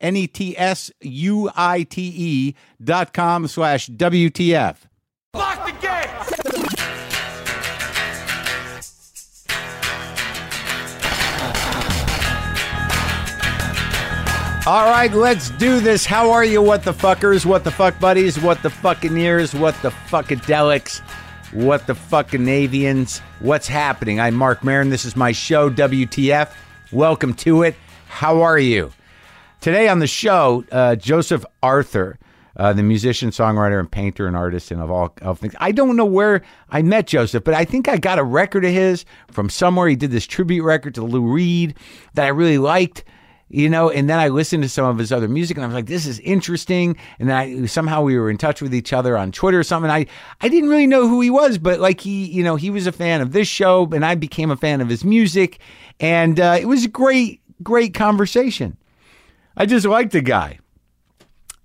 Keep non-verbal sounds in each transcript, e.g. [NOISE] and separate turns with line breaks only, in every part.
N E T S U I T E dot com slash WTF.
Lock the gate!
All right, let's do this. How are you, what the fuckers, what the fuck buddies, what the fucking ears, what the fuckadelics, what the fucking avians? What's happening? I'm Mark Marin. This is my show, WTF. Welcome to it. How are you? Today on the show, uh, Joseph Arthur, uh, the musician, songwriter, and painter and artist, and of all of things. I don't know where I met Joseph, but I think I got a record of his from somewhere. He did this tribute record to Lou Reed that I really liked. You know, and then I listened to some of his other music, and I was like, "This is interesting." And I somehow we were in touch with each other on Twitter or something. I I didn't really know who he was, but like he, you know, he was a fan of this show, and I became a fan of his music, and uh, it was a great, great conversation. I just like the guy.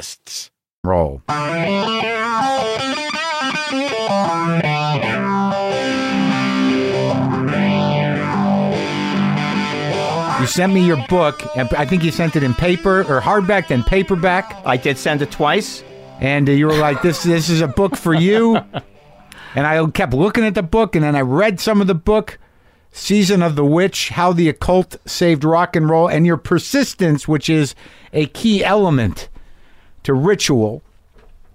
Roll. You sent me your book, and I think you sent it in paper or hardback, then paperback.
I did send it twice.
and uh, you were like, "This this is a book for you." and I kept looking at the book, and then I read some of the book, "Season of the Witch: How the Occult Saved Rock and Roll," and your persistence, which is a key element to ritual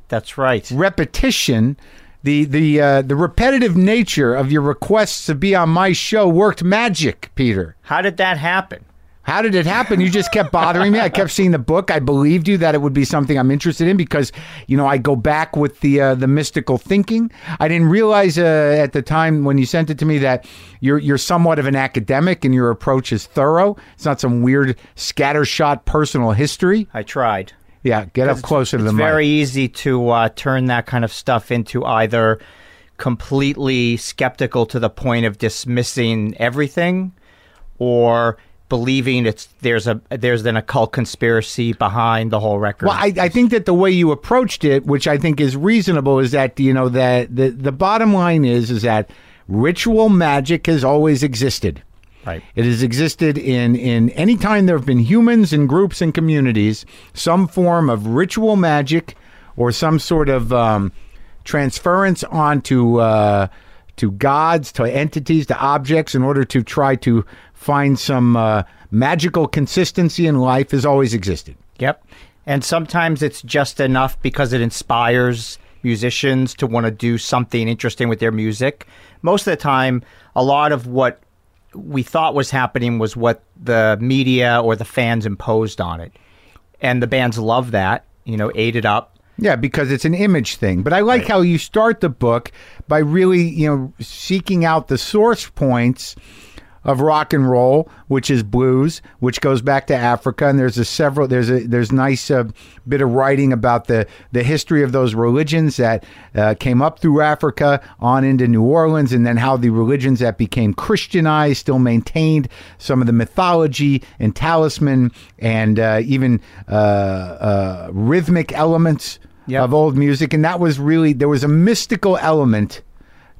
That's right.
repetition, the the uh, the repetitive nature of your requests to be on my show worked magic, Peter.
How did that happen?
How did it happen? You just kept bothering me. I kept seeing the book. I believed you that it would be something I'm interested in because, you know, I go back with the uh, the mystical thinking. I didn't realize uh, at the time when you sent it to me that you're you're somewhat of an academic and your approach is thorough. It's not some weird scattershot personal history.
I tried.
Yeah, get up closer to the
It's
mic.
very easy to uh, turn that kind of stuff into either completely skeptical to the point of dismissing everything, or believing it's there's a there's an occult conspiracy behind the whole record.
Well, I, I think that the way you approached it, which I think is reasonable, is that you know that the the bottom line is is that ritual magic has always existed.
right.
It has existed in in any time there have been humans and groups and communities. Some form of ritual magic, or some sort of um, transference onto uh, to gods, to entities, to objects, in order to try to find some uh, magical consistency in life, has always existed.
Yep. And sometimes it's just enough because it inspires musicians to want to do something interesting with their music. Most of the time, a lot of what we thought was happening was what the media or the fans imposed on it. And the bands love that, you know, ate it up.
Yeah, because it's an image thing. But I like how you start the book by really, you know, seeking out the source points of rock and roll, which is blues, which goes back to Africa, and there's a several there's a there's nice uh, bit of writing about the the history of those religions that uh, came up through Africa on into New Orleans, and then how the religions that became Christianized still maintained some of the mythology and talisman and uh, even uh, uh, rhythmic elements
Yep.
of old music, and that was really there was a mystical element.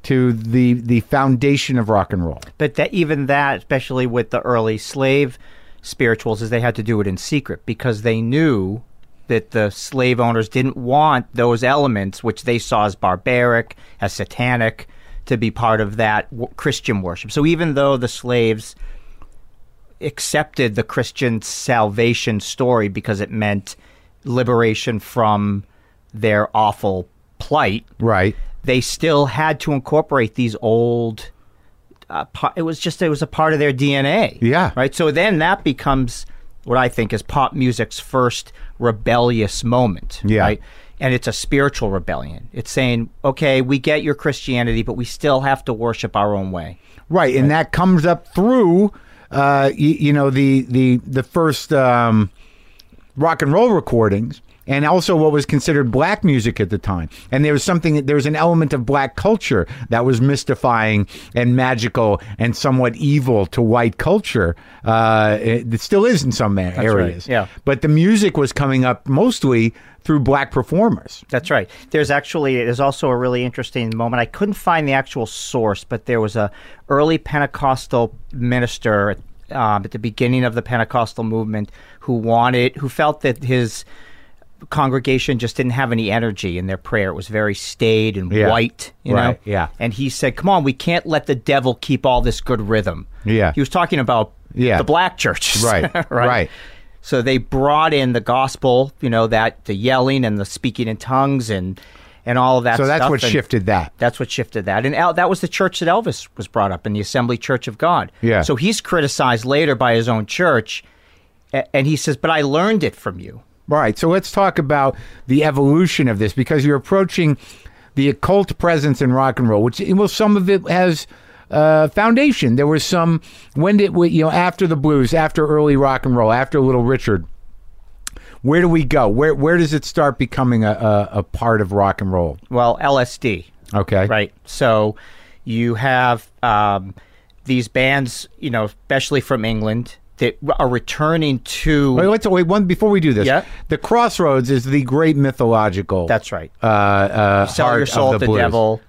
To the the foundation of rock and roll.
But that even that, especially with the early slave spirituals, is they had to do it in secret because they knew that the slave owners didn't want those elements, which they saw as barbaric, as satanic, to be part of that w- Christian worship. So even though the slaves accepted the Christian salvation story because it meant liberation from their awful plight,
Right.
they still had to incorporate these old. Uh, pa- it was just it was a part of their DNA.
Yeah.
Right. So then that becomes what I think is pop music's first rebellious moment.
Yeah.
Right. And it's a spiritual rebellion. It's saying, okay, we get your Christianity, but we still have to worship our own way.
Right, and that comes up through, uh, y- you know, the the the first um, rock and roll recordings, and also what was considered black music at the time. And there was something, there was an element of black culture that was mystifying and magical and somewhat evil to white culture. Uh, it, it still is in some ma- areas,
yeah.
But the music was coming up mostly through black [LAUGHS] performers.
That's right. There's actually there's also a really interesting moment. I couldn't find the actual source, but there was a early Pentecostal minister um, at the beginning of the Pentecostal movement who wanted who felt that his congregation just didn't have any energy in their prayer. It was very staid and
Yeah.
white, you
Right,
know.
yeah.
And he said, "Come on, we can't let the devil keep all this good rhythm."
Yeah.
He was talking about
Yeah.
the black churches, [LAUGHS]
Right, right.
so they brought in the gospel, you know, that the yelling and the speaking in tongues and and all of that.
So that's
stuff,
what
and
shifted that.
That's what shifted that, and El- that was the church that Elvis was brought up in, the Assembly Church of God.
Yeah.
So he's criticized later by his own church, a- and he says, "But I learned it from you."
All right, so let's talk about the evolution of this because you're approaching the occult presence in rock and roll, which well, some of it has uh, foundation. There was some when did we, you know after the blues, after early rock and roll, after Little Richard. Where do we go? Where where does it start becoming a, a, a part of rock and roll?
Well, LSD.
Okay,
Right. So you have um, these bands, you know, especially from England, that are returning to.
Wait, let's wait one before we do this.
Yeah.
the Crossroads is the great mythological.
That's right.
uh, uh,
Sell
heart
your
of
soul
the
to the
blues.
devil.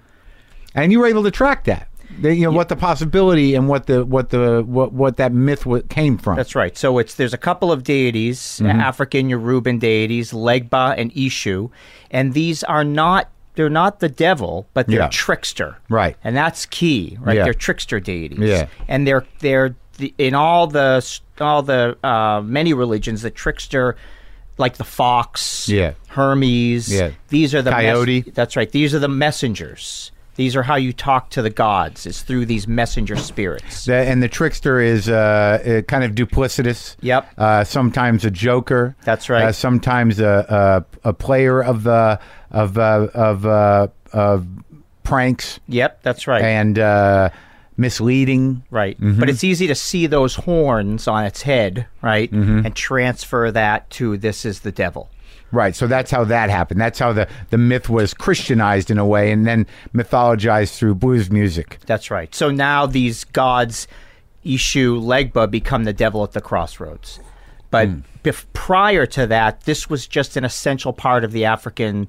and you were able to track that. They- you know what the possibility and what the what the what what that myth wa- came from.
That's right. So it's there's a couple of deities,
Mm-hmm.
African Yoruban deities, Legba and Ishu, and these are not they're not the devil, but they're
Yeah.
trickster.
Right.
And that's key, right?
Yeah.
They're trickster deities.
Yeah.
And they're they're the, in all the s- all the uh, many religions the trickster like the fox,
Yeah.
Hermes,
Yeah.
these are the mes-
Coyote.
that's right. These are the messengers. These are how you talk to the gods. It's through these messenger spirits.
The- and the trickster is uh, uh, kind of duplicitous.
Yep.
Uh, sometimes a joker.
That's right.
Uh, sometimes a, a a player of the of uh, of uh, of pranks
yep, that's right.
and uh, misleading.
Right. But it's easy to see those horns on its head, right? And transfer that to this is the devil.
Right. So that's how that happened. That's how the the myth was Christianized in a way, and then mythologized through blues music.
That's right. So now these gods, Ishu, Legba, become the devil at the crossroads. But bef- prior to that, this was just an essential part of the African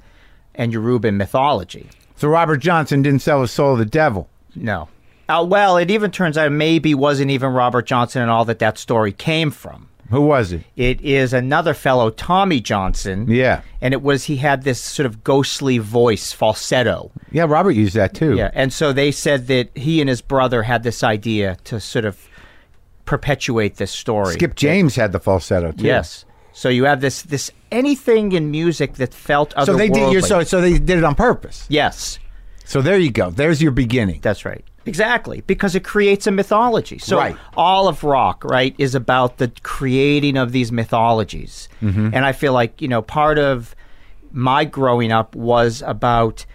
and Yoruban mythology.
So Robert Johnson didn't sell his soul to the devil.
No. Uh, well, it even turns out maybe wasn't even Robert Johnson and all that that story came from.
Who was it?
It is another fellow, Tommy Johnson.
Yeah.
and it was he had this sort of ghostly voice falsetto
Yeah, Robert used that too.
yeah and so they said that he and his brother had this idea to sort of perpetuate this story
Skip James had the falsetto too.
yes so you have this this anything in music that felt otherworldly.
So they did your so so they did it on purpose.
yes
So there you go. There's your beginning.
that's right exactly because it creates a mythology so
Right.
all of rock right is about the creating of these mythologies
Mm-hmm.
and i feel like you know part of my growing up was about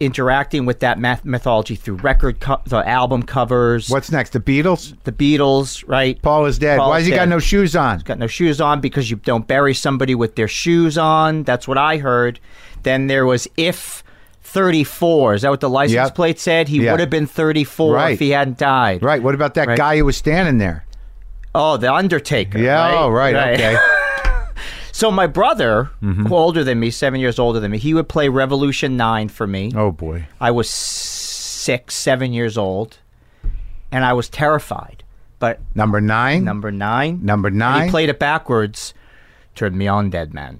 interacting with that math- mythology through record co- the album covers
What's next? The Beatles?
the beatles right
Paul is dead.
Paul
Why
is
has he got
dead.
no shoes on?
got no shoes on because you don't bury somebody with their shoes on. That's what I heard. Then there was if 34. Is that what the license
Yep.
plate said? He
Yeah.
would have been 34
Right.
if he hadn't died.
Right. What about that
Right.
guy who was standing there?
Oh, the Undertaker.
Yeah.
Right.
Oh, right. Okay.
[LAUGHS]
Mm-hmm.
So my brother, who older than me, seven years older than me, he would play Revolution 9 for me.
oh boy.
I was six, seven years old, and I was terrified. But
Number nine.
number nine.
Number
And
nine.
He played it backwards. Turn me on, dead man.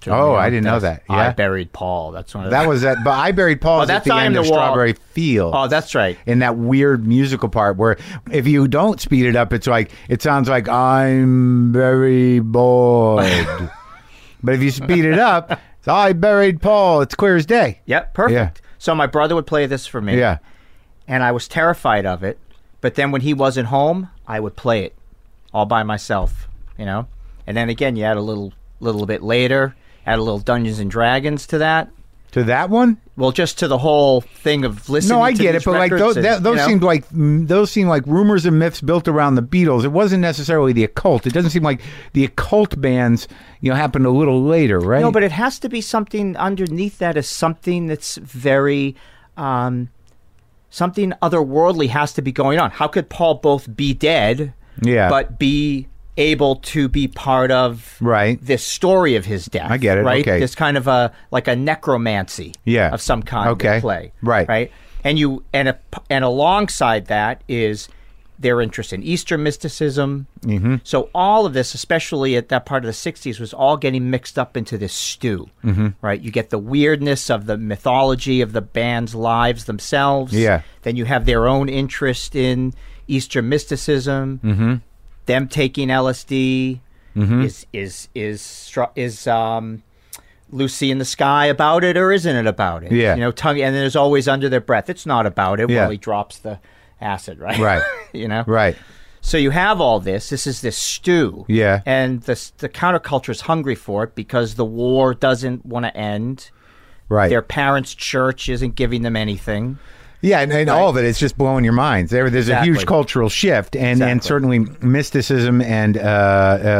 Turn
Oh,
me on,
I didn't know
death-
that. Yeah.
I buried Paul. That's one of
that
the-
was that. But I buried Paul at
Oh, that's
the
I Am
end
the
of
Wall.
Strawberry Field.
[LAUGHS] Oh, that's right.
in that weird musical part where if you don't speed it up, it's like it sounds like I'm very
[LAUGHS]
bored. but if you speed it up, it's, I buried Paul. It's clear as day.
Yep, perfect.
Yeah.
So my brother would play this for me.
Yeah.
And I was terrified of it. But then when he wasn't home, I would play it all by myself, you know? And then again, you add a little little bit later, add a little Dungeons and Dragons to that.
To that one?
Well, just to the whole thing of listening
No, I
to
get
these
it, but like those,
records and,
that,
you
those
know?
seemed like mm, those seemed like rumors and myths built around the Beatles. It wasn't necessarily the occult. It doesn't seem like the occult bands, you know, happened a little later, right?
No, but it has to be something underneath that is something that's very um, something otherworldly has to be going on. How could Paul both be dead,
Yeah.
but be able to be part of
Right.
this story of his death?
I get it.
Right,
Okay.
this kind of a like a necromancy,
Yeah.
of some kind. at
Okay.
play
Right.
right, and you and a, and alongside that is their interest in Eastern mysticism. Mm-hmm. So all of this, especially at that part of the 60s, was all getting mixed up into this stew, mm-hmm. right? You get the weirdness of the mythology of the band's lives themselves.
Yeah.
Then you have their own interest in Eastern mysticism. Mm-hmm. Them taking LSD is is is stru- is um, Lucy in the sky about it or isn't it about it?
Yeah.
you know, tongue, and there's always under their breath. It's not about it.
Yeah.
Well, he drops the acid, right?
Right.
[LAUGHS] you know,
right.
So you have all this. This is this stew.
Yeah.
and the the counterculture is hungry for it because the war doesn't want to end.
Right.
Their parents' church isn't giving them anything.
Yeah, and, and all of it, it's just blowing your minds. There, there's a huge
Exactly.
cultural shift, and, and
Exactly.
certainly mysticism and uh,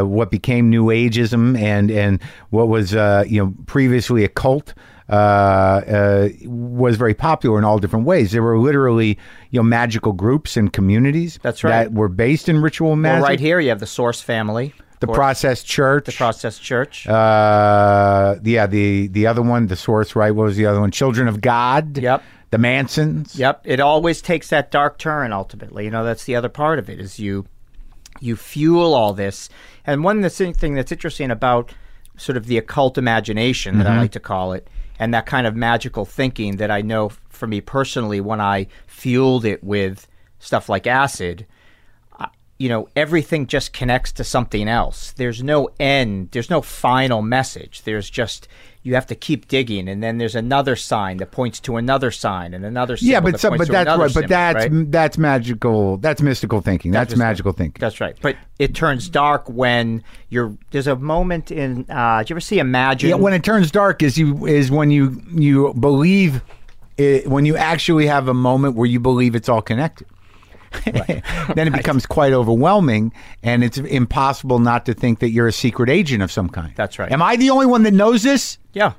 uh, what became New Ageism and and what was uh, you know previously a cult uh, uh, was very popular in all different ways. There were literally you know magical groups and communities
That's right.
that were based in ritual
Well,
magic.
right here you have the Source family,
the
or
process church,
Process Church.
uh, yeah, the the other one, the source, right? What was the other one? Children of God.
Yep.
the Mansons.
Yep, it always takes that dark turn ultimately. You know, that's the other part of it is you you fuel all this. And one the thing thing that's interesting about sort of the occult imagination that I like to call it and that kind of magical thinking that I know f- for me personally when I fueled it with stuff like acid, I- you know, everything just connects to something else. There's no end, there's no final message. There's just you have to keep digging and then there's another sign that points to another sign and another
Yeah,
symbol
but
that
so,
points
but
to
that's
another
right. But
symbol,
that's
right?
that's magical. That's mystical thinking. That's,
mystical.
magical thinking.
That's right. But it turns dark when you're. There's a moment in. Uh, did you ever see Imagine?
yeah, when it turns dark is you is when you you believe it, when you actually have a moment where you believe it's all connected. [LAUGHS] then it becomes quite overwhelming, and it's impossible not to think that you're a secret agent of some kind.
That's right.
Am I the only one that knows this?
yeah.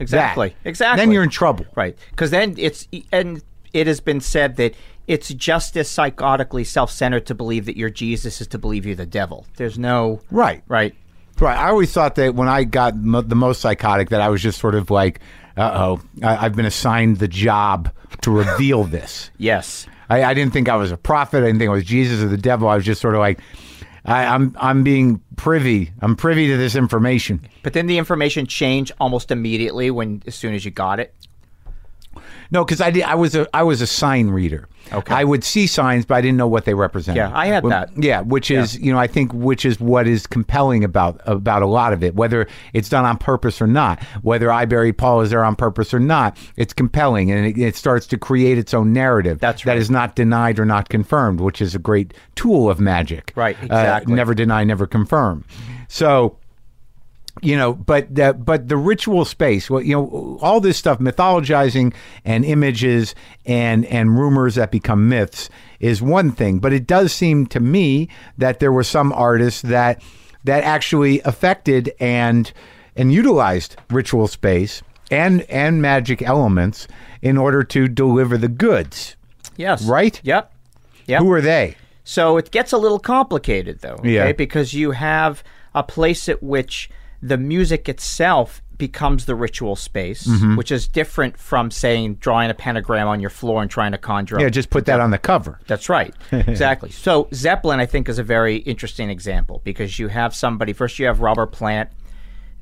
Exactly.
That.
Exactly.
Then you're in trouble.
Right. Because then it's and it has been said that it's just as psychotically self-centered to believe that you're Jesus as to believe you're the devil. There's no.
Right.
Right.
Right. I always thought that when I got mo- the most psychotic, that I was just sort of like, uh oh, I've been assigned the job to reveal this.
Yes.
I, I didn't think I was a prophet. I didn't think I was Jesus or the devil. I was just sort of like, I, I'm I'm being privy. I'm privy to this information.
But then the information changed almost immediately when as soon as you got it.
No, because I did. I was a I was a sign reader.
Okay.
I would see signs, but I didn't know what they represented.
Yeah, I had
Well,
that.
Yeah, which is you know I think which is what is compelling about about a lot of it, whether it's done on purpose or not, whether I bury Paul is there on purpose or not, it's compelling and it, it starts to create its own narrative.
That's
that
right.
is not denied or not confirmed, which is a great tool of magic.
Right,
Uh,
exactly.
never deny, never confirm. So you know, but the, but the ritual space, well, you know, all this stuff, mythologizing and images and and rumors that become myths is one thing, but it does seem to me that there were some artists that that actually affected and and utilized ritual space and and magic elements in order to deliver the goods.
Yes.
Right?
Yep. Yep.
Who are they?
So it gets a little complicated, though, okay?
Yeah.
because you have a place at which the music itself becomes the ritual space,
Mm-hmm.
which is different from saying drawing a pentagram on your floor and trying to conjure up
Yeah, just put that on the cover. [LAUGHS]
that's right. Exactly. so Zeppelin, I think, is a very interesting example because you have somebody. First, you have Robert Plant,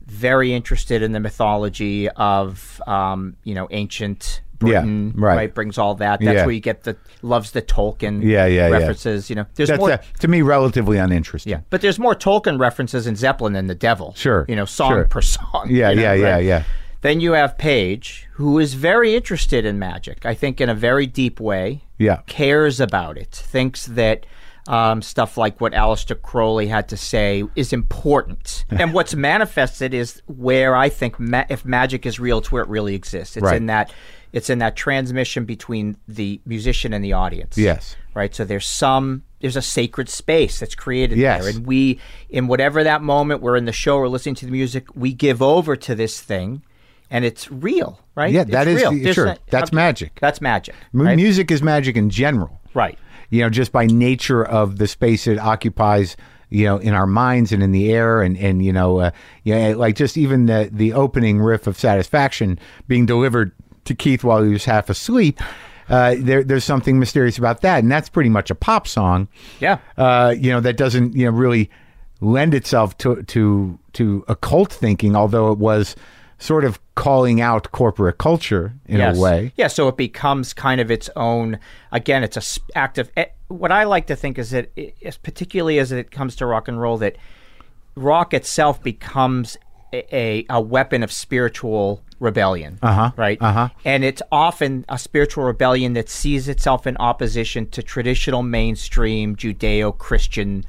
very interested in the mythology of um, you know ancient
Yeah,
Britain.
right.
Brings all that. That's
Yeah.
where you get the loves the Tolkien.
Yeah, yeah, yeah.
references. You know, there's
That's
more.
uh, to me relatively uninteresting.
yeah, but there's more Tolkien references in Zeppelin than the devil.
Sure,
You know, song
sure.
per song.
Yeah,
you know,
yeah, yeah, yeah.
Then you have Page, who is very interested in magic. I think in a very deep way
Yeah.
cares about it, thinks that um, stuff like what Aleister Crowley had to say
[LAUGHS]
is important. and what's manifested is where I think ma- if magic is real, it's where it really exists. It's
Right.
in that it's in that transmission between the musician and the audience.
Yes.
Right. So there's some there's a sacred space that's created
Yes.
there, and we in whatever that moment we're in the show, we're listening to the music, we give over to this thing, and it's real, right?
Yeah,
It's
that is
real.
the-
There's
sure.
not-
That's magic.
That's magic.
M-
right?
Music is magic in general.
Right.
you know, just by nature of the space it occupies, you know, in our minds and in the air, and and you know, uh, yeah, like just even the the opening riff of Satisfaction being delivered to Keith while he was half asleep. Uh, there, there's something mysterious about that, and that's pretty much a pop song.
Yeah.
uh, you know that doesn't you know really lend itself to to to occult thinking, although it was sort of calling out corporate culture in
Yes.
a way.
Yeah, so it becomes kind of its own. Again, it's a s- act of. eh, What I like to think is that, i- is particularly as it comes to rock and roll, that rock itself becomes a, a, a weapon of spiritual rebellion. Uh-huh. Right. Uh-huh. And it's often a spiritual rebellion that sees itself in opposition to traditional mainstream Judeo-Christian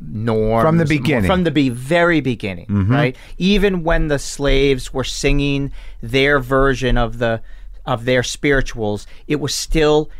norms
From the beginning.
from the be very beginning,
Mm-hmm.
right? Even when the slaves were singing their version of the of their spirituals, it was still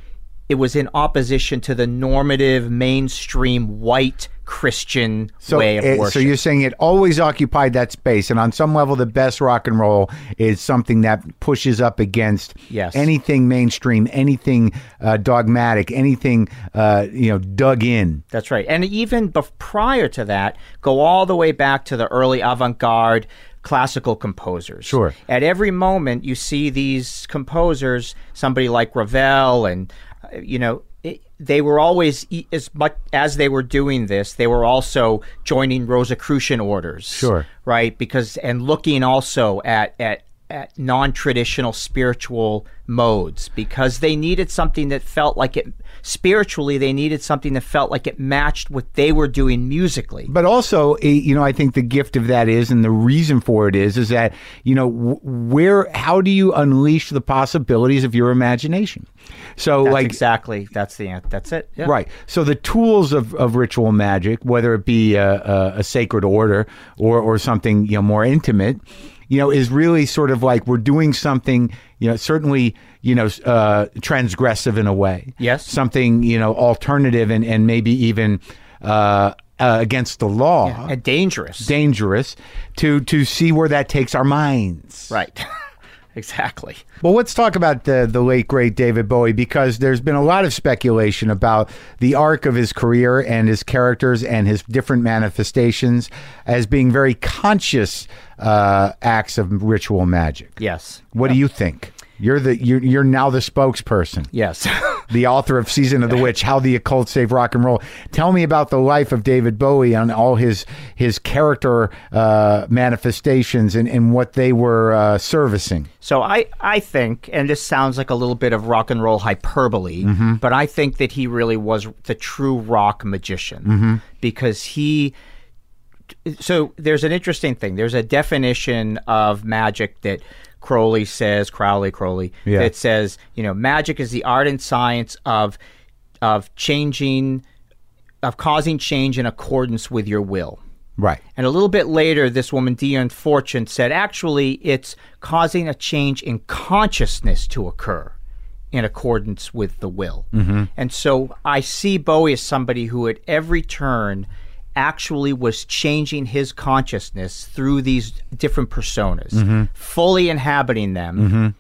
it was in opposition to the normative mainstream white Christian way of
it-
worship.
So you're saying it always occupied that space, and on some level, the best rock and roll is something that pushes up against
Yes.
anything mainstream, anything uh, dogmatic, anything uh, you know dug in.
That's right. And even bef- prior to that, go all the way back to the early avant garde classical composers.
Sure.
At every moment, you see these composers, somebody like Ravel, and uh, you know. It, they were always e- as much as they were doing this. They were also joining Rosicrucian orders,
Sure.
right? Because and looking also at at at non-traditional spiritual modes because they needed something that felt like it spiritually. They needed something that felt like it matched what they were doing musically.
But also, eh, you know, I think the gift of that is, and the reason for it is, is that you know, wh- where, how do you unleash the possibilities of your imagination? So,
That's
like,
exactly that's the an- that's it. Yeah.
Right. So the tools of, of ritual magic, whether it be a, a, a sacred order or, or something you know more intimate, you know, is really sort of like we're doing something you know certainly you know s- uh, transgressive in a way.
Yes.
Something you know alternative and and maybe even uh, uh, against the law.
and dangerous.
Dangerous to to see where that takes our minds.
right. [LAUGHS] exactly.
Well, let's talk about the the late great David Bowie because there's been a lot of speculation about the arc of his career and his characters and his different manifestations as being very conscious uh, acts of ritual magic.
Yes.
What do you think? You're the you're, you're now the spokesperson,
Yes. [LAUGHS]
the author of Season of the Witch, How the Occult Saved Rock and Roll. Tell me about the life of David Bowie and all his his character uh, manifestations and, and what they were uh, servicing.
so I I think and this sounds like a little bit of rock and roll hyperbole, but I think that he really was the true rock magician because he so there's an interesting thing. There's a definition of magic that Crowley says, Crowley, Crowley,
Yeah.
that says, you know, magic is the art and science of of changing of causing change in accordance with your will.
Right.
And a little bit later, this woman, Dion Fortune, said actually it's causing a change in consciousness to occur in accordance with the will. And so I see Bowie as somebody who, at every turn, actually was changing his consciousness through these different personas, fully inhabiting them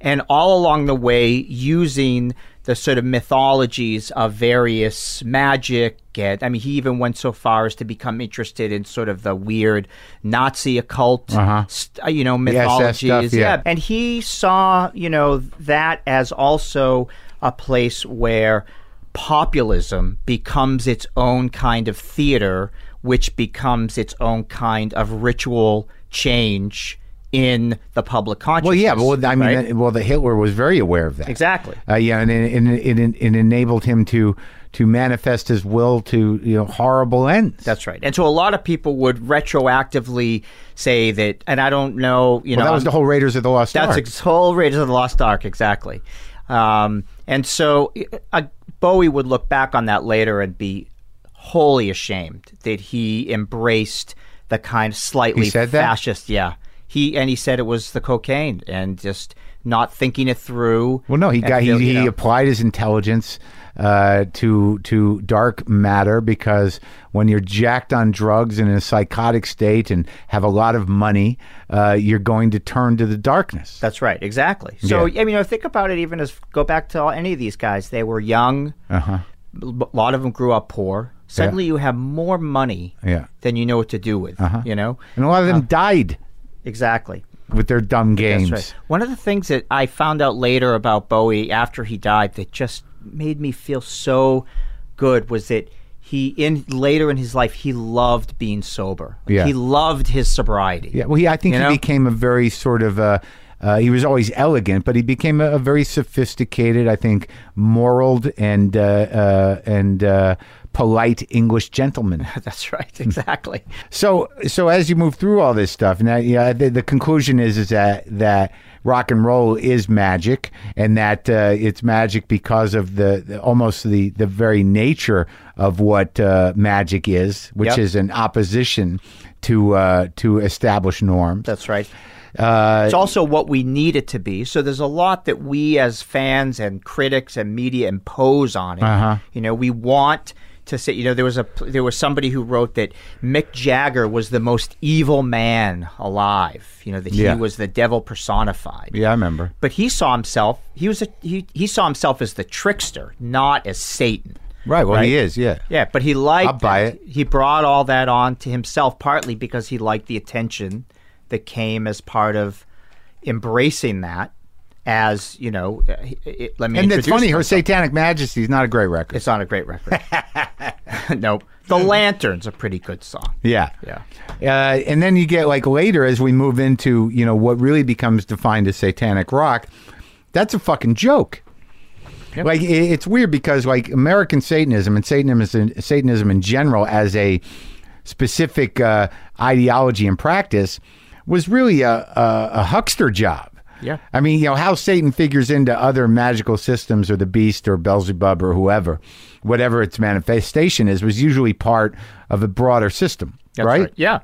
and all along the way using the sort of mythologies of various magic and i mean he even went so far as to become interested in sort of the weird nazi occult
Uh-huh.
st- uh, you know
SS
mythologies
stuff, yeah.
and he saw you know that as also a place where populism becomes its own kind of theater which becomes its own kind of ritual change in the public consciousness
Well, yeah. Well, I mean,
right?
that- well, the Hitler was very aware of that.
Exactly.
Uh, yeah, and it, and it, it, it enabled him to to manifest his will to you know horrible ends.
That's right. And so a lot of people would retroactively say that, and I don't know, you
well,
know,
that was the
I'm-
whole Raiders of the Lost
that's
Ark.
ex- whole Raiders of the Lost Ark, exactly. Um, and so uh, Bowie would look back on that later and be wholly ashamed that he embraced the kind of slightly
He said that?
fascist, yeah. He and he said it was the cocaine and just not thinking it through.
well, no, he
and
got he,
feel-
he
you know.
applied his intelligence uh, to to dark matter because when you're jacked on drugs and in a psychotic state and have a lot of money, uh, you're going to turn to the darkness.
That's right, exactly. So
Yeah.
I mean, I think about it. Even as go back to all, any of these guys, they were young.
Uh-huh.
A lot of them grew up poor. Suddenly, you have more money
Yeah. Uh-huh.
than you know what to do with. You know
and a lot of them died
exactly.
with their dumb games.
Oh. That's right. One of the things that I found out later about Bowie after he died that just made me feel so good was that he in later in his life he loved being sober.
Yeah.
He loved his sobriety.
Yeah, well, he, I think
You
he
know?
became a very sort of uh, uh, he was always elegant, but he became a, a very sophisticated, I think, moraled and uh, uh, and uh, polite English
[LAUGHS]
gentleman.
[LAUGHS] That's right. Exactly.
So, so as you move through all this stuff, now, yeah, the, the conclusion is is that that rock and roll is magic, and that uh, it's magic because of the, the almost the the very nature of what uh, magic is, which
Yep.
is an opposition to uh, to established norms.
That's right.
Uh,
it's also what we need it to be. So there's a lot that we as fans and critics and media impose on it.
Uh-huh.
You know, we want to say, you know, there was a there was somebody who wrote that Mick Jagger was the most evil man alive. You know, that
Yeah.
he was the devil personified.
yeah, I remember.
But he saw himself. He was a, he, he saw himself as the trickster, not as Satan.
Right. Well, he
right?
is. Yeah.
Yeah, but he liked.
I'll buy it.
He brought all that on to himself partly because he liked the attention that came as part of embracing that as you know. uh, h- it- let me.
And it's
introduce
funny, her
myself.
Satanic Majesty is not a great record.
It's not a
[LAUGHS]
great record. [LAUGHS] nope. The Lantern's a pretty good song.
yeah.
Yeah.
Uh, and then you get like later as we move into, you know, what really becomes defined as satanic rock, that's a fucking joke. Like i it's weird because like American Satanism and Satanism is in, Satanism in general as a specific uh, ideology and practice was really a, a, a huckster job.
Yeah.
I mean, you know, how Satan figures into other magical systems or the beast or Beelzebub or whoever, whatever its manifestation is, was usually part of a broader system,
That's
right?
Yeah.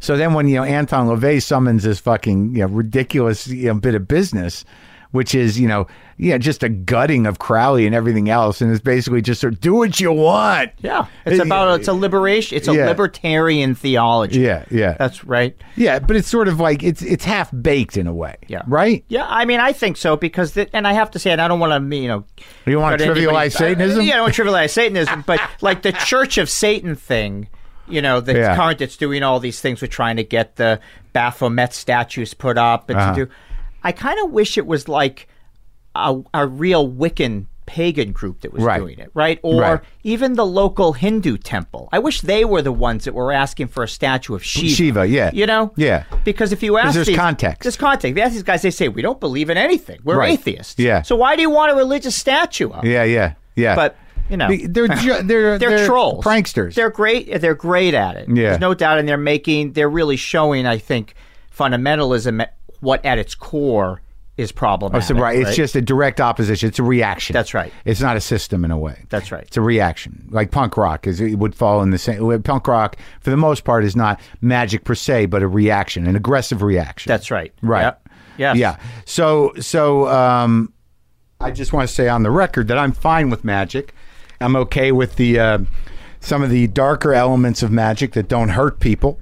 So then when you know Anton LaVey summons this fucking you know, ridiculous you know, bit of business, which is you know yeah just a gutting of Crowley and everything else, and it's basically just sort of do what you want.
Yeah. It's
It-
about it's a liberation. It's a
Yeah.
libertarian theology.
Yeah, yeah,
That's right.
yeah. But it's sort of like it's it's half baked in a way.
Yeah.
right.
Yeah, I mean, I think so because, the, and I have to say, and I don't want to, you know,
You don't wanna
go to
trivialize
anybody's-
Satanism?
I, yeah, I don't want
[LAUGHS]
to trivialize Satanism, but like the Church of Satan thing, you know, the
Yeah.
current that's doing all these things, we're trying to get the Baphomet statues put up
Uh-huh.
and to do. I kind of wish it was like a, a real Wiccan pagan group that was
Right.
doing it, right? Or
Right.
even the local Hindu temple. I wish they were the ones that were asking for a statue of Shiva.
Shiva, yeah.
You know?
Yeah.
Because if you ask
there's
these,
context.
there's context. They ask these guys, they say, we don't believe in anything. We're
Right.
atheists.
Yeah.
So why do you want a religious statue up?
Yeah, yeah, yeah.
But, you know,
Be- they're ju- they're
[LAUGHS] they're, trolls.
pranksters.
They're great. They're great at it.
Yeah.
There's no doubt. And they're making, they're really showing, I think, fundamentalism, at what at its core is problematic.
Oh, So, right, it's just a direct opposition. It's a reaction.
That's right.
It's not a system in a way.
That's right.
It's a reaction. Like punk rock is it would fall in the same. Punk rock, for the most part, is not magic per se, but a reaction, an aggressive reaction.
That's right.
Right.
Yep. Yes.
Yeah. So so um, I just want to say on the record that I'm fine with magic. I'm okay with the uh, some of the darker elements of magic that don't hurt people,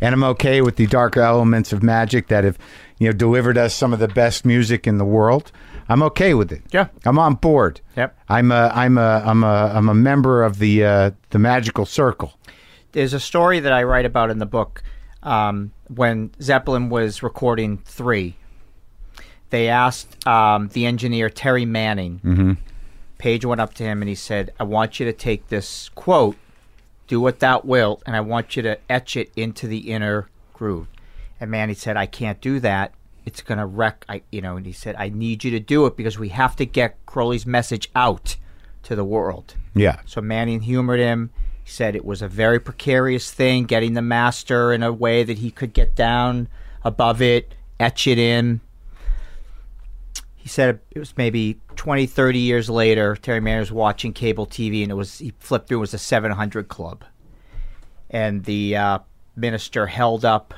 and I'm okay with the darker elements of magic that have you know delivered us some of the best music in the world. I'm okay with it.
Yeah.
I'm on board.
Yep.
I'm a I'm a I'm a I'm a member of the uh, the magical circle.
there's a story that I write about in the book. Um, when Zeppelin was recording three, they asked um, the engineer Terry Manning. Page went up to him and he said, "I want you to take this quote, do what thou wilt, and I want you to etch it into the inner groove." And Manning said, "I can't do that. It's gonna wreck." I, you know, and he said, "I need you to do it because we have to get Crowley's message out to the world."
Yeah.
So Manning humored him. He said it was a very precarious thing, getting the master in a way that he could get down above it, etch it in. He said it was maybe 20, 30 years later. Terry Manning was watching cable TV, and it was he flipped through. It was the 700 Club, and the uh, minister held up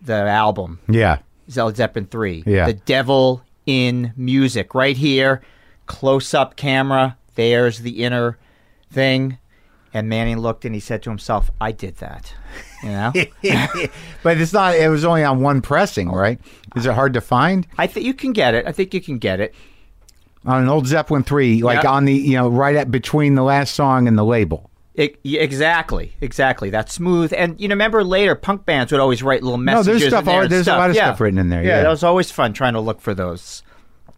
the album
Yeah.
Led Zeppelin three.
Yeah.
The devil in music, right here, close up camera. There's the inner thing. And Manning looked and he said to himself, "I did that."
[LAUGHS]
You know,
But it's not. It was only on one pressing, right? Is it hard to find?
I think you can get it. I think you can get it.
on an old Zeppelin three, like
Yeah.
on the you know right at between the last song and the label.
It, yeah, exactly, exactly. That's smooth. And you know, remember later, punk bands would always write little
there's
messages.
stuff
in there
al-
and
there's a lot of stuff written in there, yeah.
that was always fun trying to look for those.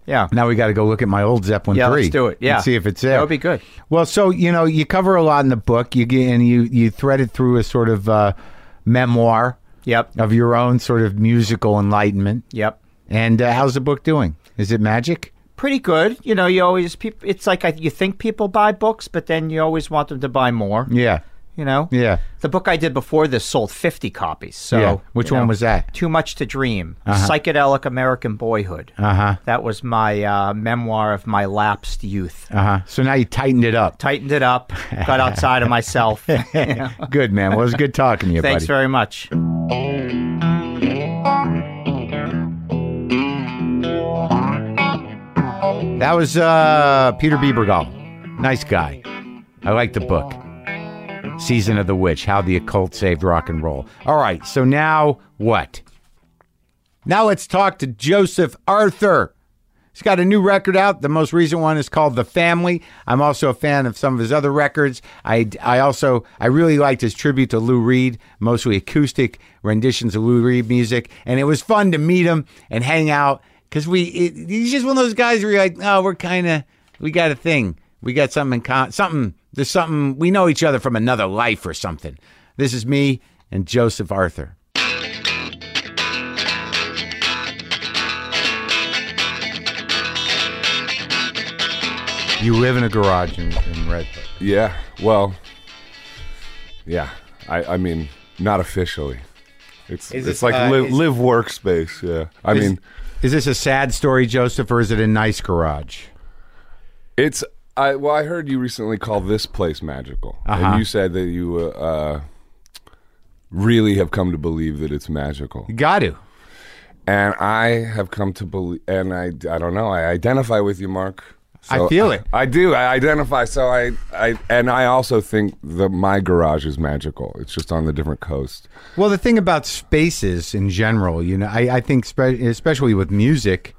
Yeah,
Now we got to go look at my old Zeppelin
Yeah,
three.
let's do it.
and
Yeah.
see if it's there.
That would be good.
Well, so you know you cover a lot in the book. You get and you you thread it through a sort of uh, memoir
yep,
of your own sort of musical enlightenment.
yep.
And uh, how's the book doing? Is it magic?
pretty good. You know, you always peop It's like I, you think people buy books, but then you always want them to buy more.
Yeah,
You know,
yeah,
The book I did before this sold fifty copies. So
yeah. Which
you
one
know,
was that? Uh-huh.
Too much to dream. Psychedelic American boyhood.
Uh huh.
that was my uh, memoir of my lapsed youth.
Uh huh. So now you tightened it
[LAUGHS]
up.
Tightened it up. Got outside
[LAUGHS]
of myself. Thanks
Good man. Well, it was good talking to you, buddy.
very much.
That was uh, Peter Biebergall. Nice guy. I like the book. Season of the Witch How the Occult Saved Rock and Roll. All right, so now what? Now let's talk to Joseph Arthur. He's got a new record out. The most recent one is called The Family. I'm also a fan of some of his other records. I, I also I really liked his tribute to Lou Reed, mostly acoustic renditions of Lou Reed music, and it was fun to meet him and hang out because we it, he's just one of those guys where you're like, oh, we're kind of we got a thing, we got something in con- something. There's something we know each other from another life or something. This is me and Joseph Arthur. You live in a garage in, in Redford.
Yeah. Well. Yeah. I. I mean, not officially. It's.
Is
it's
this,
like
uh,
live,
is-
live workspace. Yeah. I
Is-
mean,
is this a sad story, Joseph, or is it a nice garage?
it's. I. Well, I heard you recently call this place magical,
Uh-huh.
and you said that you. Uh, uh, Really have come to believe that it's magical,
Got to.
and I have come to believe, and I, I don't know, I identify with you, Mark.
I
So-
feel it.
I do. I identify. So I, I, and I also think that my garage is magical. It's just on the different coast.
Well, the thing about spaces in general, you know, I, I think spe- especially with music,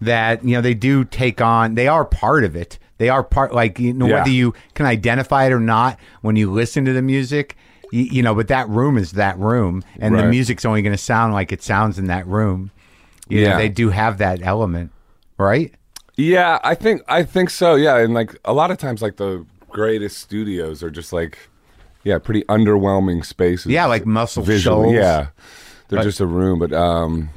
that you know they do take on. They are part of it. They are part, like you know,
Yeah.
whether you can identify it or not when you listen to the music. You, you know, but that room is that room, and the
Right.
music's only going to sound like it sounds in that room. You know,
Yeah.
they do have that element, right?
Yeah, I think I think so. Yeah, and like a lot of times, like the greatest studios are just like, yeah, pretty underwhelming spaces.
Yeah, like Muscle
visually.
Shoals.
Yeah, they're just a room. But um,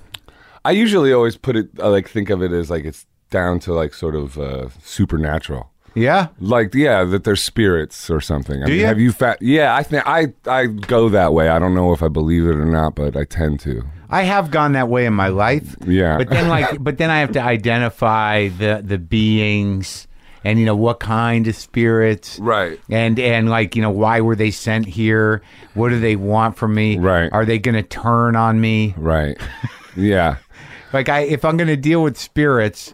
I usually always put it I like think of it as like it's down to like sort of uh, supernatural.
Yeah,
Like yeah, that they're spirits or something. I
Do
mean,
you?
Have you fa- Yeah, I think I I go that way. I don't know if I believe it or not, but I tend to.
I have gone that way in my life.
Yeah.
But then like but then I have to identify the the beings and you know what kind of spirits.
[LAUGHS] Right.
And and like, you know, why were they sent here? What do they want from me?
Right.
Are they gonna turn on me?
Right. yeah.
Like I if I'm gonna deal with spirits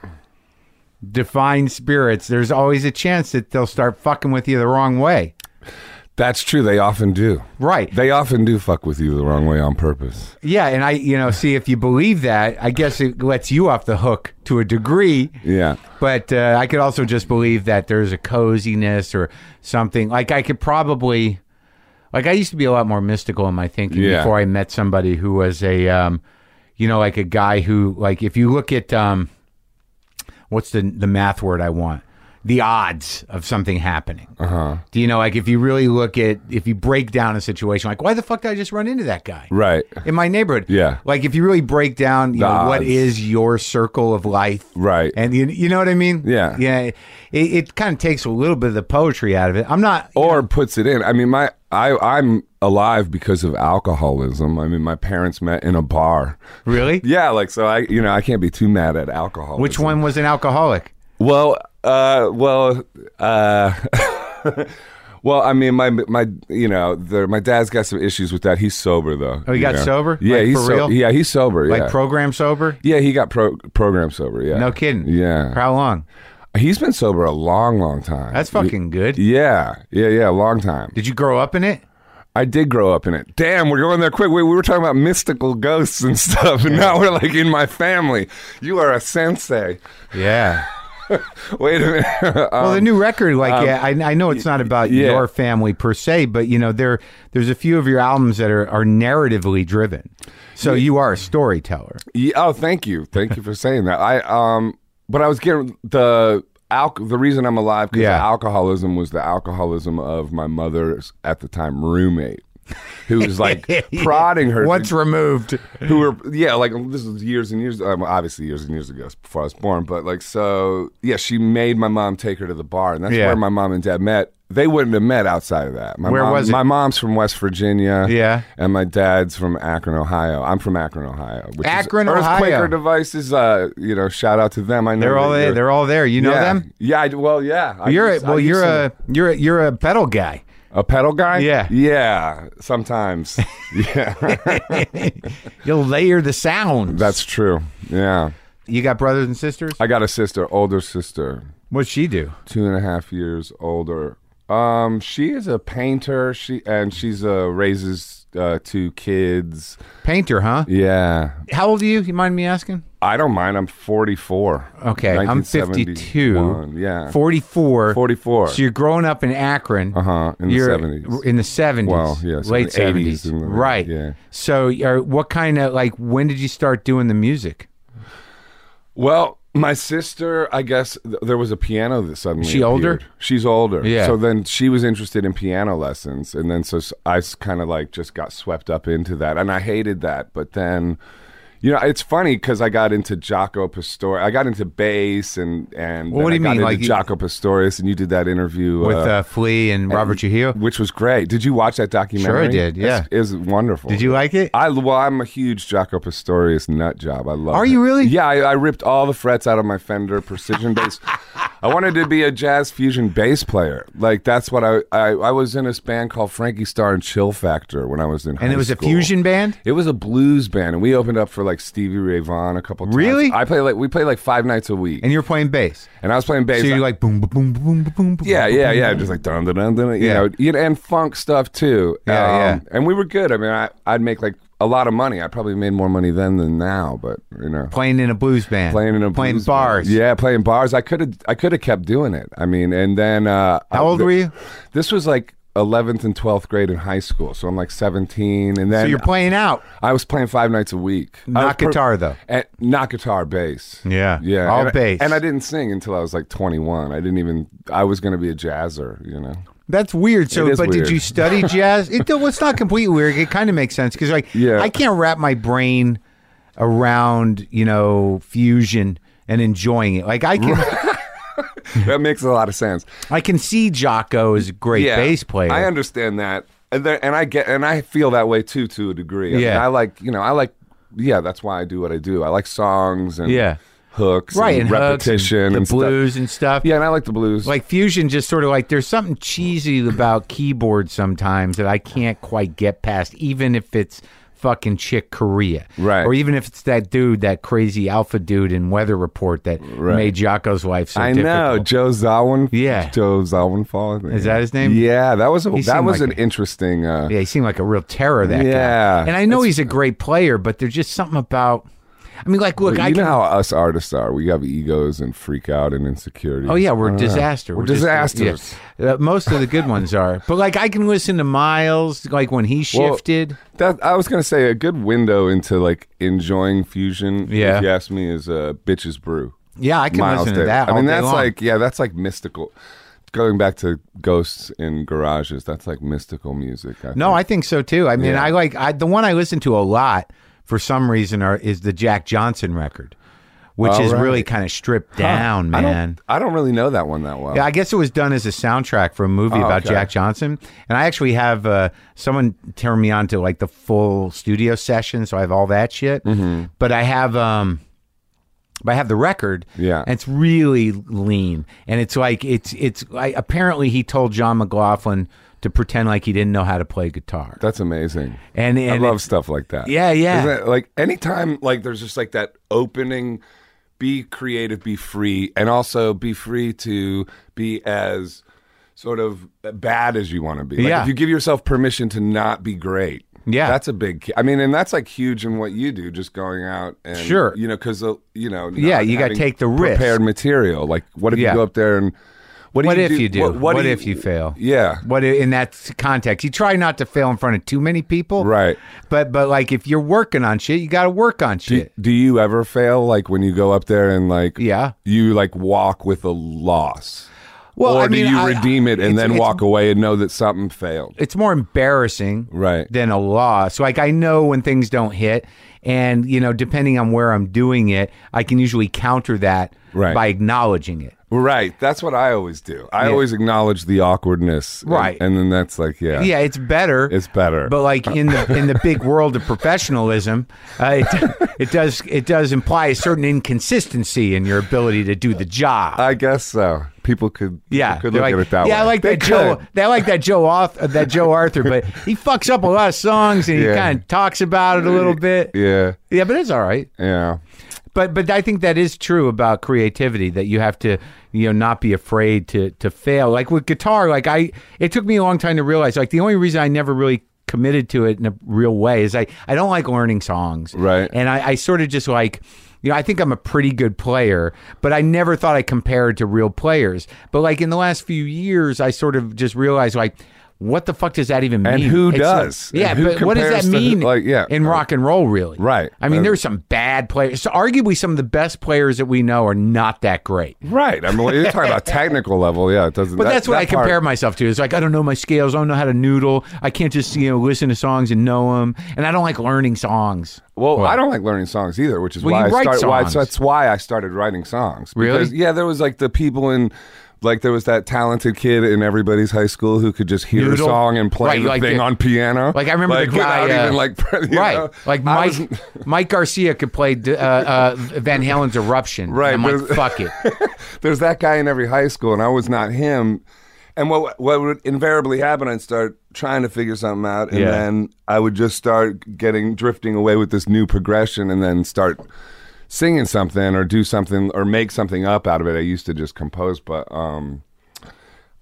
define spirits there's always a chance that they'll start fucking with you the wrong way
That's true. They often do.
right
They often do fuck with you the wrong way on purpose.
yeah and i you know see if you believe that i guess it lets you off the hook to a degree
Yeah.
But uh, I could also just believe that there's a coziness or something. Like I could probably, like I used to be a lot more mystical in my thinking
Yeah.
before I met somebody who was a, um, you know, like a guy who, like, if you look at, um, what's the the math word I want? The odds of something happening. Uh-huh. Do you know, like, if you really look at, if you break down a situation, like, why the fuck did I just run into that guy?
Right.
In my neighborhood,
Yeah.
Like if you really break down, you
The
know, what
odds.
is your circle of life,
Right.
and you, you know what I mean?
Yeah.
Yeah. It, it kind of takes a little bit of the poetry out of it. I'm not.
Or puts it in. I mean, my I I'm alive because of alcoholism. I mean, my parents met in a bar.
Really?
Yeah, like so I you know, I can't be too mad at alcohol.
Which one was an alcoholic?
Well, uh well uh [LAUGHS] Well, I mean, my my you know, the, my dad's got some issues with that. He's sober though.
Oh, he
you
got
know?
sober?
Yeah,
Like,
he's
for
so-
real?
yeah, he's sober.
Like
yeah.
program sober?
Yeah, he got pro- program sober. Yeah,
No kidding.
Yeah,
For how long?
he's been sober a long, long time.
That's fucking good.
Yeah, yeah, yeah, long time.
Did you grow up in it?
I did grow up in it. Damn, we're going there quick. We, we were talking about mystical ghosts and [LAUGHS] stuff, and now we're like in my family. You are a sensei.
Yeah.
Wait a minute. [LAUGHS]
Well, the
Um,
new record, like, yeah, I, I know it's not about
yeah.
your family per se, but you know, there there's a few of your albums that are, are narratively driven. So you are a storyteller.
yeah, oh, thank you, thank you for saying that. I um, but I was getting the alc- The reason I'm alive because
Yeah.
alcoholism was the alcoholism of my mother's at the time roommate, who was like prodding her. to
Once removed.
who were yeah like this was years and years um, obviously years and years ago it's before i was born but like so yeah she made my mom take her to the bar and that's
Yeah.
where my mom and dad met they wouldn't have met outside of that my
Where
mom,
was it?
my mom's from west virginia
Yeah.
and my dad's from akron ohio i'm from akron ohio which
Akron,
is
Ohio.
earthquaker devices uh you know shout out to them i know
They're all
that
there.
you're-
They're all there. You know
yeah.
them?
yeah I, well yeah I
You're a,
used- I
well.
used
You're
to-
a you're a, you're a pedal guy.
a pedal guy
Yeah.
yeah
[LAUGHS]
sometimes yeah
You'll layer the sounds.
that's true yeah
you got brothers and sisters.
i got a sister older sister
What'd she do?
two and a half years older. Um, she is a painter. She and she's uh raises uh, two kids.
Painter, huh?
Yeah,
How old are you? You mind me asking?
I don't mind. I'm 44.
Okay, I'm 52.
1971. Yeah,
44.
44.
So you're growing up in Akron.
Uh-huh, in the
You're
70s.
In the 70s.
Well, yeah, so
late
the 80s
70s.
and the-
right.
yeah.
So are, what kind of, like, when did you start doing the music?
Well, my sister, I guess th- there was a piano that suddenly.
She older?
appeared. She's older.
Yeah.
So then she was interested in piano lessons, and then so s- I kind of like just got swept up into that, and I hated that. But then, you know, it's funny because I got into Jaco Pastorius. I got into bass, and and
Well,
then
what do
I
you
got
mean,
into
like you-
Jaco Pastorius, and you did that interview
With
uh,
uh, Flea and Robert Trujillo?
which was great. Did you watch that documentary?
did, yeah.
It's- it was wonderful.
Did you like it?
I well, I'm a huge Jaco Pastorius nut job. I love.
Are
it.
you really?
Yeah, I, I ripped all the frets out of my Fender precision
[LAUGHS]
bass. I wanted to be a jazz fusion bass player. Like that's what I I, I was in this band called Frankie Starr and Chill Factor when I was in.
and it was a fusion band?
It was a blues band, and we opened up for like Stevie Ray Vaughan a couple times.
Really?
I play like we played like five nights a week,
And you're playing bass.
and I was playing bass.
So you're like boom, boom, boom, boom, boom, boom.
Yeah,
boom,
yeah,
boom,
yeah.
boom.
Just like dun dun dun dun. You
Yeah.
know, you know, and funk stuff too. Um,
Yeah, yeah.
And we were good. I mean, I, I'd make like a lot of money. I probably made more money then than now, but you know,
Playing in a blues band.
playing in a
Playing
blues
bars.
Band. Yeah, playing bars. I could have, I could have kept doing it. I mean, and then uh,
How old
I-
were you?
This was like. 11th and 12th grade in high school. So I'm like 17. And then
So you're playing out.
I was playing five nights a week. I
Not
was per-
guitar, though.
and not guitar, bass.
Yeah.
Yeah.
All
and I-
bass.
and I didn't sing until I was like 21. I didn't even, I was going to be a jazzer, you know? [LAUGHS]
That's weird. So,
It is
but did
weird.
you
[LAUGHS]
study jazz? It, well, it's not completely weird. It kind of makes sense because, like,
Yeah.
I can't wrap my brain around you know fusion and enjoying it. Like, I can,
that makes a lot of sense.
I can see Jocko is a great bass player.
I understand that, and there, and I get and I feel that way too to a degree. I mean,
Yeah.
I like you know I like yeah that's why I do what I do. I like songs and
Yeah.
hooks
right
and,
and hooks and
repetition
the
and stuff.
blues and stuff.
Yeah, and I like the blues.
Like fusion, just sort of like there's something cheesy about keyboard sometimes that I can't quite get past, even if it's fucking chick Korea,
Right.
Or even if it's that dude, that crazy alpha dude in Weather Report that made Jocko's life so
I know
difficult.
Joe Zawin.
Yeah.
Joe Zawinfall. I think.
Is that his name?
Yeah, that was a,
He
that
seemed
was
like
an
a-
interesting. Uh,
Yeah, he seemed like a real terror. That
Yeah.
guy. And I know he's a great player, but there's just something about. I mean, like, look,
But
I
you
can.
know how us artists are. We have egos and freak out and insecurities.
Oh yeah, we're
Uh,
disaster.
We're,
just-
disasters.
yeah. Uh, most of the good ones are, but like I can listen to Miles, like when he
Well,
shifted.
that I was gonna say a good window into like enjoying fusion.
Yeah.
if you ask me, is uh, bitches brew.
yeah, I can listen to
Davis.
that.
I
all
mean,
day
that's
long.
like yeah, that's like mystical. Going back to ghosts in garages, that's like mystical music. I
No,
think.
I think so too. I mean,
Yeah.
I like I, the one I listen to a lot for some reason are, is the Jack Johnson record, which
All
is
Oh, right.
really kind of stripped down,
I
man.
don't, I don't really know that one that well.
Yeah, I guess it was done as a soundtrack for a movie
Oh,
about
okay.
Jack Johnson. And I actually have uh, someone turned me on to like the full studio session, so I have all that shit.
Mm-hmm.
But I have um but I have the record.
Yeah.
And it's really lean. And it's like it's it's I, apparently he told John McLaughlin to pretend like he didn't know how to play guitar.
that's amazing.
And, and
I
it-
love stuff like that.
Yeah, yeah.
Isn't it, like anytime, like there's just like that opening. Be creative, be free, and also be free to be as sort of bad as you want to be. Like
Yeah.
if you give yourself permission to not be great.
Yeah.
that's a big. ki- I mean, and that's like huge in what you do, just going out and
Sure.
you know, because you know, not
Yeah, you gotta
having
take the risk.
Prepared material, like what if
Yeah.
you go up there and what, do
what
you
if
do?
you do? What,
do
if you fail?
Yeah,
What i- in that s- context? You try not to fail in front of too many people,
right.
But but like if you're working on shit, you got to work on
Do,
shit.
do you ever fail like when you go up there and like
Yeah.
you like walk with a loss?
Well,
or
I mean,
do you
I-
redeem it and
it's-
then
it's-
walk away and know that something failed?
It's more embarrassing,
Right.
than a loss. Like I know when things don't hit, and you know, depending on where I'm doing it, I can usually counter that
Right.
by acknowledging it.
Right. That's what I always do. I
Yeah.
always acknowledge the awkwardness. and-
Right.
And, then that's like, yeah.
Yeah, it's better.
It's better.
But like in the in the big world of professionalism, uh, it, it does it does imply a certain inconsistency in your ability to do the job.
I guess so. People could
yeah,
could
they're
look
like,
at it that
yeah,
way.
I like
They
that Joe.
could.
They like that Joe Arthur, that Joe Arthur, but he fucks up a lot of songs and he
Yeah.
kind of talks about it a little bit.
Yeah.
Yeah, but it's all right.
Yeah.
But but I think that is true about creativity that you have to you know not be afraid to to fail. Like with guitar, like I it took me a long time to realize like the only reason I never really committed to it in a real way is I, I don't like learning songs.
Right.
And I, I sort of just like, you know, I think I'm a pretty good player, but I never thought I compared to real players. But like in the last few years, I sort of just realized like, what the fuck does that even mean?
And who
It's like-
does?
yeah,
And who
but what does
compares
that
to who-
mean?
like, yeah.
in rock and roll, really?
Right.
I mean,
Uh,
there's some bad players. So arguably, some of the best players that we know are not that great.
Right. I mean, well, you're talking [LAUGHS] about technical level. Yeah, it doesn't.
But
that-
that's what
that
I
part-
compare myself to. It's like I don't know my scales. I don't know how to noodle. I can't just you know listen to songs and know them. And I don't like learning songs.
Well, I don't like learning songs either, which is
Well,
why
you
I
write
started. Why,
songs.
so that's why I started writing songs.
Really?
Because, yeah, there was like the people in. Like there was that talented kid in everybody's high school who could just hear
Noodle.
a song and play
Right,
the
like
thing
the-
on piano.
Like I remember the guy,
without
uh,
even like [LAUGHS] [LAUGHS] you
right?
know?
Like
I
Mike,
was-
[LAUGHS] Mike Garcia could play uh, uh, Van Halen's Eruption.
Right,
And I'm like,
but- [LAUGHS]
fuck it.
there's that guy in every high school, and I was not him. And what what would invariably happen? I'd start trying to figure something out, and
Yeah.
then I would just start getting drifting away with this new progression, and then start singing something or do something or make something up out of it. I used to just compose, but um,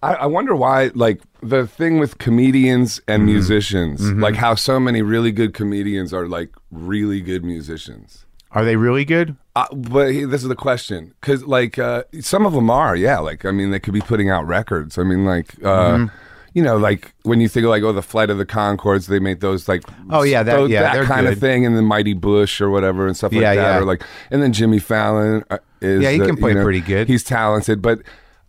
I, I wonder why. Like the thing with comedians and
Mm-hmm.
musicians, like how so many really good comedians are like really good musicians.
Are they really good?
Uh, but he- this is the question, because like uh, some of them are, yeah. Like I mean, they could be putting out records. I mean, like uh,
Mm-hmm.
you know, like when you think of like oh, the Flight of the Concords, they made those like
Oh, yeah, that-
those-
yeah, they're
that kind
good.
of thing, and the Mighty Bush or whatever and stuff like
Yeah,
that,
yeah.
or like and then Jimmy Fallon uh, is
Yeah, he
the-
can
you
play
know,
pretty good.
He's talented, but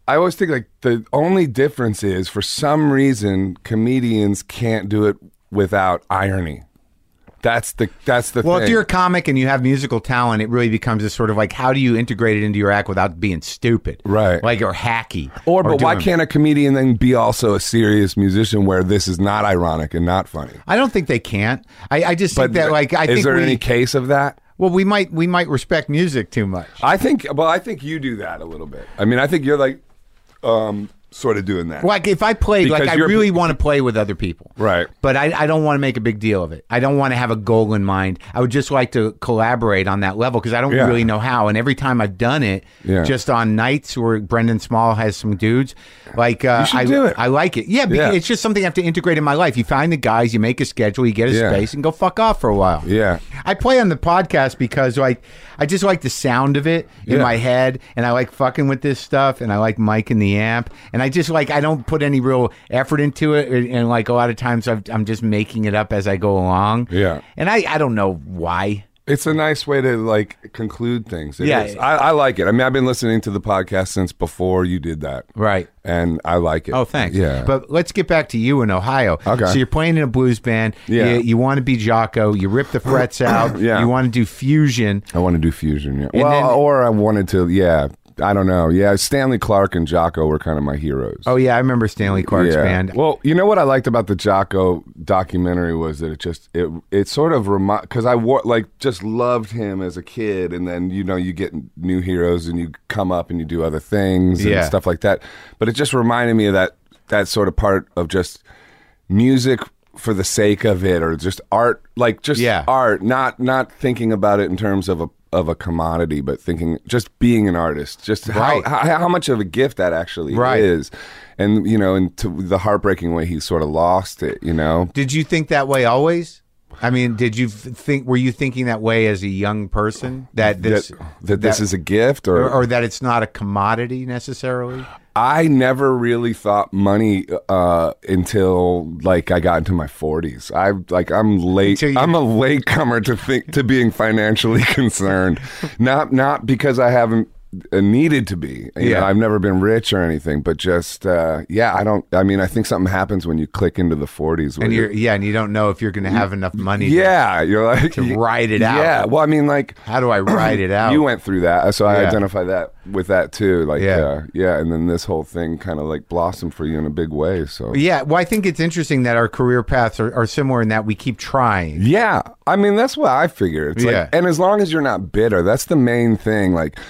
I always think like the only difference is for some reason comedians can't do it without irony. That's the that's the
Well,
thing.
if you're a comic and you have musical talent, it really becomes a sort of like, how do you integrate it into your act without being stupid,
Right.
Like or hacky,
Or, but why
doing-
can't a comedian then be also a serious musician where this is not ironic and not funny?
I don't think they can't. I, I just
But
think that like I
is
think
there
we,
any case of that?
well we might we might respect music too much.
I think. Well, I think you do that a little bit. I mean, I think you're like, um, sort of doing that.
Like if I played, like
Because
I
you're-
really want to play with other people,
Right.
But I, I don't want to make a big deal of it. I don't want to have a goal in mind. I would just like to collaborate on that level because I don't
Yeah.
really know how. And every time I've done it,
Yeah.
just on nights where Brendan Small has some dudes, like uh,
You should
I
do it.
I like it. Yeah, because
Yeah.
it's just something I have to integrate in my life. You find the guys, you make a schedule, you get a
Yeah.
space, and go fuck off for a while.
Yeah.
I play on the podcast because like I just like the sound of it in
Yeah.
my head and I like fucking with this stuff and I like mic and the amp and I just like I don't put any real effort into it and, and, like a lot of times I've, I'm just making it up as I go along.
Yeah.
And I I don't know why.
It's a nice way to like conclude things. It
Yeah.
is. I, I like it. I mean, I've been listening to the podcast since before you did that,
Right.
and I like it.
Oh, thanks.
Yeah,
But let's get back to you in Ohio.
Okay.
So you're playing in a blues band.
Yeah.
You, you want to be Jocko. You rip the
[COUGHS]
frets out.
Yeah.
You want to do fusion.
I want to do fusion. Yeah.
And
Well,
then-
or I wanted to. Yeah, I don't know. Yeah, Stanley Clark and Jocko were kind of my heroes.
Oh, yeah. I remember Stanley Clark's
Yeah.
band.
Well, you know what I liked about the Jocko documentary was that it just it it sort of remind because I wa- like just loved him as a kid, and then you know you get new heroes and you come up and you do other things and
Yeah.
stuff like that. But it just reminded me of that that sort of part of just music for the sake of it or just art like just
Yeah.
art not not thinking about it in terms of a of a commodity but thinking just being an artist just
Right.
how, how how much of a gift that actually
Right.
is and you know and to the heartbreaking way he sort of lost it you know
Did you think that way always? I mean, did you f- think? Were you thinking that way as a young person that this
that, that this is a gift
or, or that it's not a commodity necessarily?
I never really thought money uh, until like I got into my forties. I like I'm late.
Until you-
I'm a latecomer to think to being financially [LAUGHS] concerned. Not not because I haven't uh, needed to be. You
Yeah.
know, I've never been rich or anything, but just uh, yeah. I don't. I mean, I think something happens when you click into the forties.
And you're yeah, and you don't know if you're going to have enough money. to-
yeah, you're like
to ride it out.
Yeah. Well, I mean, like
how
[CLEARS THROAT]
do I [CLEARS THROAT] ride it out?
you went through that, so I
Yeah.
identify that with that too. Like,
Yeah.
yeah, yeah, and then this whole thing kind of like blossomed for you in a big way. So,
yeah. Well, I think it's interesting that our career paths are, are similar in that we keep trying.
yeah, I mean, that's what I figure. It's
Yeah.
like, and as long as you're not bitter, that's the main thing. Like,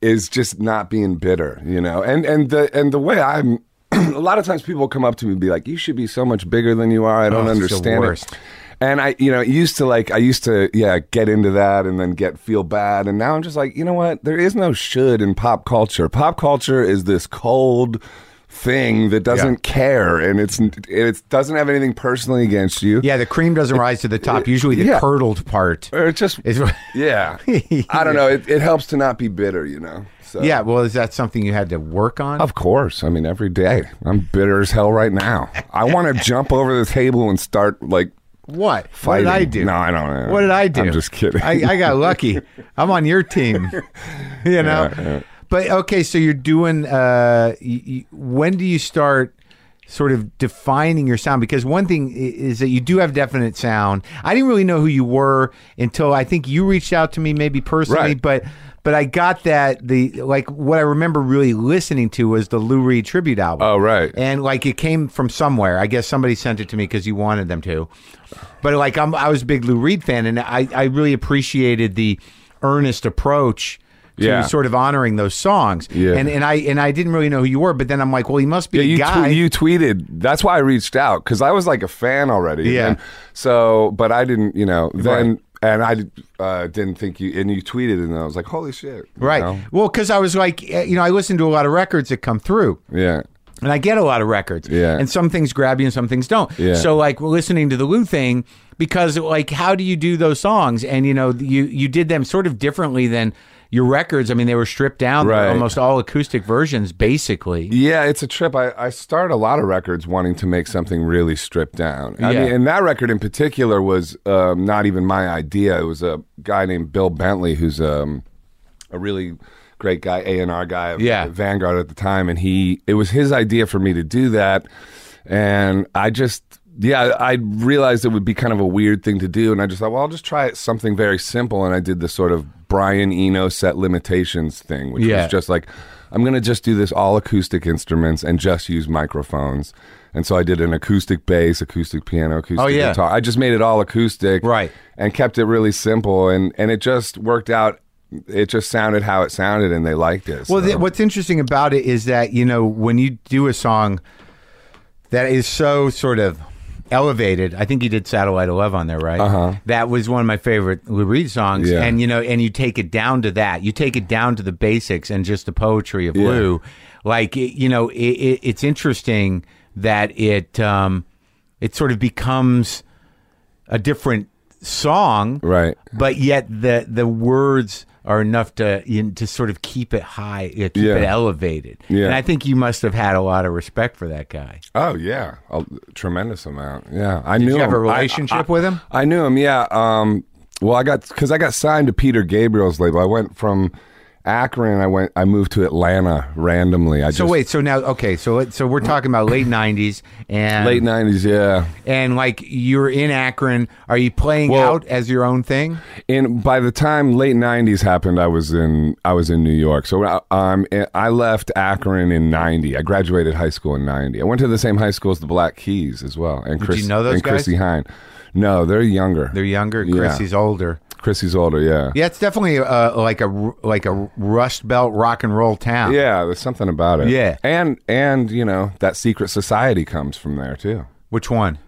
is just not being bitter, you know. And and the and the way I'm. [CLEARS THROAT] A lot of times people come up to me and be like, "You should be so much bigger than you are. I don't
Oh, it's the
understand it."
worst.
And I, you know, it used to like I used to, yeah, get into that and then get feel bad. And now I'm just like, you know what? There is no should in pop culture. Pop culture is this cold, thing that doesn't care and it's it doesn't have anything personally against you.
Yeah, the cream doesn't rise to the top. Usually, the
yeah.
curdled part
Or it just
is.
[LAUGHS] yeah. I don't know. It, it helps to not be bitter, you know. So
Yeah, well, is that something you had to work on?
Of course. I mean, every day. I'm bitter as hell right now.
[LAUGHS]
I want to jump over the table and start like
What?
fighting.
What did I do?
No, I don't know.
What did I do?
I'm just kidding.
I, I got lucky. I'm on your
[LAUGHS]
team. [LAUGHS] You know. But okay, so you're doing. Uh, y- y- when do you start? Sort of defining your sound because one thing i- is that you do have definite sound. I didn't really know who you were until I think you reached out to me, maybe personally,
Right.
but but I got that the like what I remember really listening to was the Lou Reed tribute album.
[LAUGHS] Oh, right.
and like it came from somewhere. I guess somebody sent it to me because you wanted them to. But like I'm, I was a big Lou Reed fan, and I, I really appreciated the earnest approach to
Yeah.
sort of honoring those songs.
Yeah.
And and I and I didn't really know who you were, but then I'm like, well, he must be
Yeah,
a
you,
guy.
tw- you tweeted. That's why I reached out because I was like a fan already.
Yeah.
And so, but I didn't, you know, then,
Right.
and I uh, didn't think you, and you tweeted, and I was like, holy shit. you
right.
know?
Well, because I was like, eh, you know, I listen to a lot of records that come through.
Yeah.
And I get a lot of records.
Yeah.
And some things grab you and some things don't.
Yeah.
So like we're listening to the Lou thing because like how do you do those songs? And you know, you you did them sort of differently than your records. I mean, they were stripped down, They were
Right.
almost all acoustic versions, basically.
Yeah, it's a trip. I, I start a lot of records wanting to make something really stripped down. I
Yeah.
mean, and that record in particular was um, not even my idea. It was a guy named Bill Bentley, who's um, a really great guy, A and R guy, of
Yeah.
Vanguard at the time, and he it was his idea for me to do that, and I just. Yeah, I realized it would be kind of a weird thing to do, and I just thought, well, I'll just try something very simple. And I did the sort of Brian Eno set limitations thing, which
Yeah.
was just like, I'm going to just do this all acoustic instruments and just use microphones. And so I did an acoustic bass, acoustic piano, acoustic
Oh, yeah.
guitar. I just made it all acoustic.
Right.
And kept it really simple. And, and it just worked out. It just sounded how it sounded, and they liked it.
Well,
so.
th- what's interesting about it is that you know when you do a song that is so sort of elevated. I think you did "Satellite of Love" on there, right? Uh-huh. That was one of my favorite Lou Reed songs,
Yeah.
and you know, and you take it down to that. You take it down to the basics and just the poetry of Lou. Like it, you know, it, it, it's interesting that it um, it sort of becomes a different song,
right.
but yet the the words are enough to you know, to sort of keep it high, you know, keep
Yeah.
it elevated.
Yeah.
And I think you must have had a lot of respect for that guy.
Oh yeah, a tremendous amount. Yeah, I knew
you have
him.
a relationship
I, I,
with him?
I knew him. Yeah. Um, well, I got because I got signed to Peter Gabriel's label. I went from Akron. I went. I moved to Atlanta randomly. I
So
just,
wait, so now okay, so let- so we're talking about late '90s and
late nineties. Yeah.
and like you're in Akron. Are you playing
Well-
out as your own thing?
And by the time late nineties happened, I was in I was in New York. So I- um, I left Akron in ninety. I graduated high school in ninety. I went to the same high school as the Black Keys as well. And Chris
know those
and
guys?
Chrissy Hine. No, they're younger.
They're younger.
Yeah.
Chrissy's older.
Chrissy's older. Yeah.
Yeah, it's definitely uh, like a r- like a Rust Belt rock and roll town.
Yeah, there's something about it.
Yeah.
and and you know that secret society comes from there too.
Which one?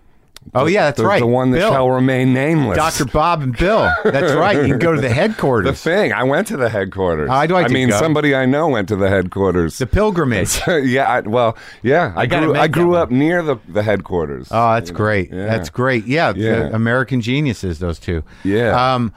Oh yeah, that's
the,
right.
The one that
Bill.
shall remain nameless.
Dr. Bob and Bill.
[LAUGHS]
That's right. You can go to the
The
headquarters.
thing. I went to the headquarters.
I'd like
I
to
mean,
go.
somebody I know went to the headquarters.
The pilgrimage.
[LAUGHS] yeah. I, well, yeah. I,
gotta
grew.
make
I
that
grew
one.
up near the the headquarters.
Oh, that's great.
Yeah.
That's great. Yeah, the
Yeah.
American geniuses, those two.
Yeah.
Um.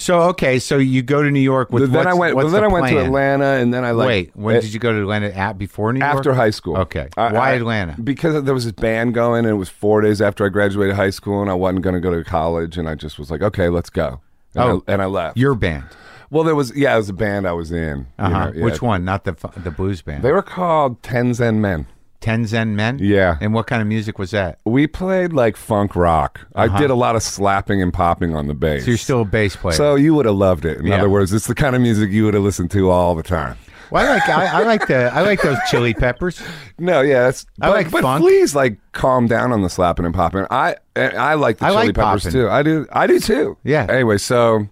So okay, so you go to New York with
But then I
what's-
went.
What's
Well, then
the
I went to
plan?
Atlanta, and then I like.
Wait, when
eh,
did you go to Atlanta? At before New York?
after high school?
Okay.
I-
Why
I-
Atlanta?
Because there was this band going, and it was four days after I graduated high school, and I wasn't going to go to college, and I just was like, okay, let's go. And
Oh.
I, and I left.
Your band.
Well, there was yeah, it was a band I was in. you
Uh-huh.
know, yeah.
Which one? Not the fu- the blues band.
They were called Ten Zen Men.
Ten Zen Men.
Yeah.
And what kind of music was that?
We played like funk rock. I did a lot of slapping and popping on the bass.
Uh-huh. So you're still a bass player.
So you would have loved it. In
Yeah.
other words, it's the kind of music you would have listened to all the time.
well, I like I, I like the I like those Chili Peppers.
No, yeah, that's
I
but,
like
but
funk.
please like calm down on the slapping and popping. I and I like the
I
Chili
like
Peppers
popping.
too. I do. I do too.
Yeah.
Anyway, so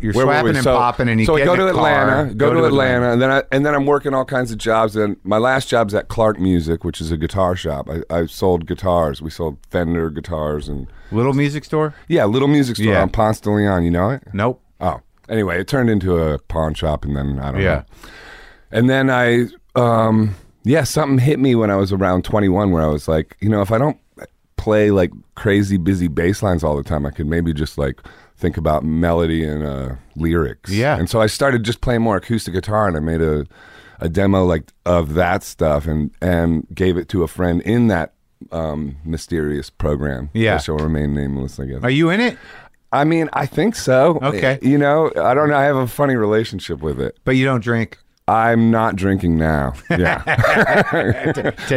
You're
Where were we?
slapping and
So-
popping, and you
so
get
I go
in
to
a car,
Atlanta, go, to, Atlanta, and then I and then I'm working all kinds of jobs. And my last job's at Clark Music, which is a guitar shop. I, I sold guitars. We sold Fender guitars and
Little music store?
yeah, little music store
Yeah.
on Ponce de Leon. You know it?
Nope.
Oh, anyway, it turned into a pawn shop, and then I don't
Yeah.
know. And then I um, yeah, something hit me when I was around 21 where I was like, you know, if I don't play like crazy busy bass lines all the time, I could maybe just like think about melody and uh, lyrics.
Yeah.
And so I started just playing more acoustic guitar and I made a, a demo like of that stuff and, and gave it to a friend in that um, mysterious program.
Yeah.
That shall remain nameless, I guess.
Are you in it?
I mean, I think so.
Okay.
You know, I don't know. I have a funny relationship with it.
But you don't drink.
I'm not
[LAUGHS]
drinking now. Yeah.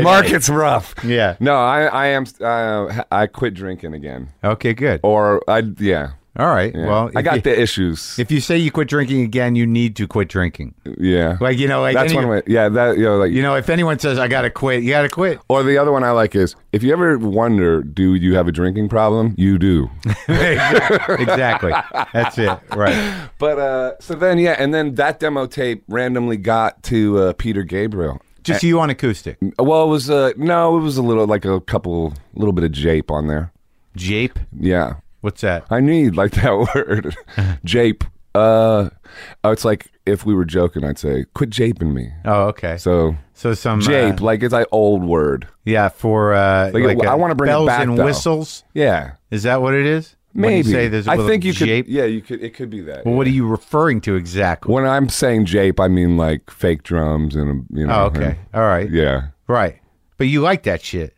Market's rough.
Yeah.
No, I, I am. Uh, I quit drinking again.
Okay, good.
Or I, yeah.
All right.
yeah.
Well,
I
if
got
you,
the issues.
If you say you quit drinking again, you need to quit drinking.
yeah.
Like you know, like
That's
any-
one way. Yeah. That, you know, like,
You know, if anyone says I gotta quit, you gotta quit. [LAUGHS]
or the other one I like is if you ever wonder, do you have a drinking problem?
[LAUGHS]
You do.
exactly. That's it. Right.
but, uh, so then, yeah. And then that demo tape randomly got to uh, Peter Gabriel.
Just you on acoustic.
Well, it was, uh, no, it was a little, like a couple, little bit of jape on there.
Jape.
Yeah.
What's that?
I need like that [LAUGHS] word, jape. Uh, oh, it's like if we were joking, I'd say, "Quit japing me."
Oh, okay. So,
So
some uh,
jape, like it's like old word.
yeah, for uh,
Like,
like
I
uh,
wanna bring it
bells
back,
and
though.
whistles.
Yeah,
Is that what it is? When you
maybe.
say there's a
I
little
think you
jape.
could. Yeah, you could. It could be that.
Well, what are you referring to exactly?
when I'm saying jape, I mean like fake drums and you know.
Oh, okay. All right.
and- yeah.
Right. But you like that shit.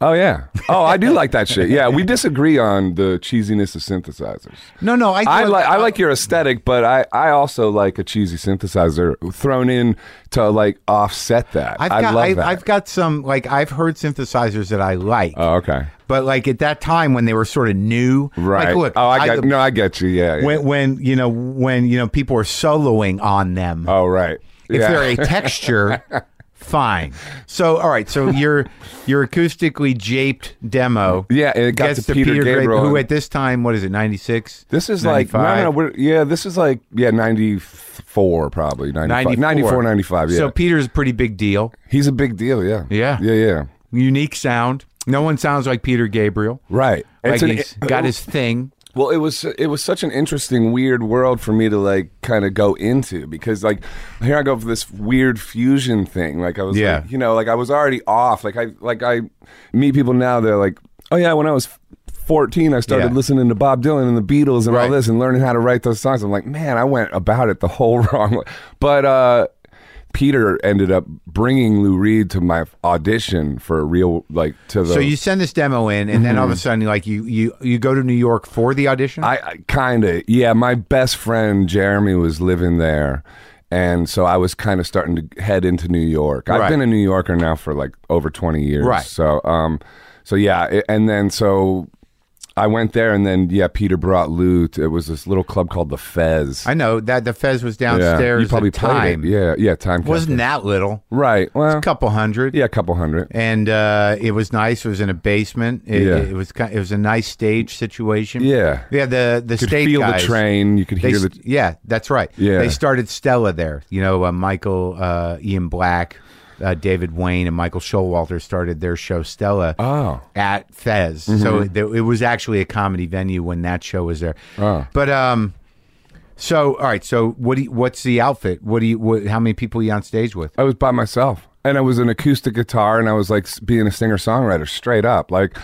Oh yeah. Oh, I do like that shit. Yeah, we disagree on the cheesiness of synthesizers.
No, no, I,
I like I like your aesthetic, but I, I also like a cheesy synthesizer thrown in to like offset that.
I've
I
got,
love
I've,
that.
I've got some like I've heard synthesizers that I like,
oh, okay.
but like at that time when they were sort of new,
Right.
Like, look,
oh, I get. no, I get you. Yeah. yeah.
when when you know when you know people are soloing on them,
oh, right.
if
yeah. [LAUGHS]
they're a texture, fine. So all right, so your your acoustically japed demo,
yeah, it got
gets
to Peter, Gabriel.
who
and-
at this time what is it ninety six?
this is like no, no, no, we're, yeah, this is like yeah, ninety four probably 95, 94, 95, Yeah,
So Peter's a pretty big deal.
he's a big deal. Yeah,
Yeah.
yeah, yeah.
Unique sound. No one sounds like Peter Gabriel.
Right.
Like
It's an- uh,
he's got his thing.
Well, it was it was such an interesting, weird world for me to like kind of go into because like here I go for this weird fusion thing. Like I was,
Yeah.
like, you know, like I was already off. Like I like I meet people now. They're like, oh yeah, when I was. 14 I started
Yeah.
listening to Bob Dylan and the Beatles and all
Right.
this and learning how to write those songs. I'm like, man, I went about it the whole [LAUGHS] wrong way. But uh Peter ended up bringing Lou Reed to my audition for a real like to the
So you send this demo in, and then all of a sudden, like you you you go to New York for the audition.
Mm-hmm. I, I kind of, yeah. My best friend Jeremy was living there, and so I was kind of starting to head into New York. I've
Right.
been a New Yorker now for like over twenty years,
Right.
So, um, so yeah, it, and then so I went there, and then yeah, Peter brought Lou. To, it was this little club called the Fez.
I know that the Fez was downstairs.
yeah, you probably
at
played it.
time.
Yeah, yeah, time
Wasn't that little?
right. Well,
A couple hundred.
yeah, a couple hundred.
And uh, it was nice. It was in a basement. It,
Yeah.
it was kind. It was a nice stage situation.
Yeah.
Yeah. The the
You could
stage
feel
guys,
the train. You could
They,
hear
st-
the.
yeah, that's right.
Yeah.
They started Stella there. You know, uh, Michael, uh, Ian Black, uh, David Wayne, and Michael Showalter started their show Stella.
Oh. Mm-hmm.
at Fez. So it, it was actually a comedy venue when that show was there.
Oh.
But um, so all right. So what do you, what's the outfit? What do you? What, how many people are you on stage with?
I was by myself, and I was an acoustic guitar, and I was like s- being a singer songwriter straight up, like.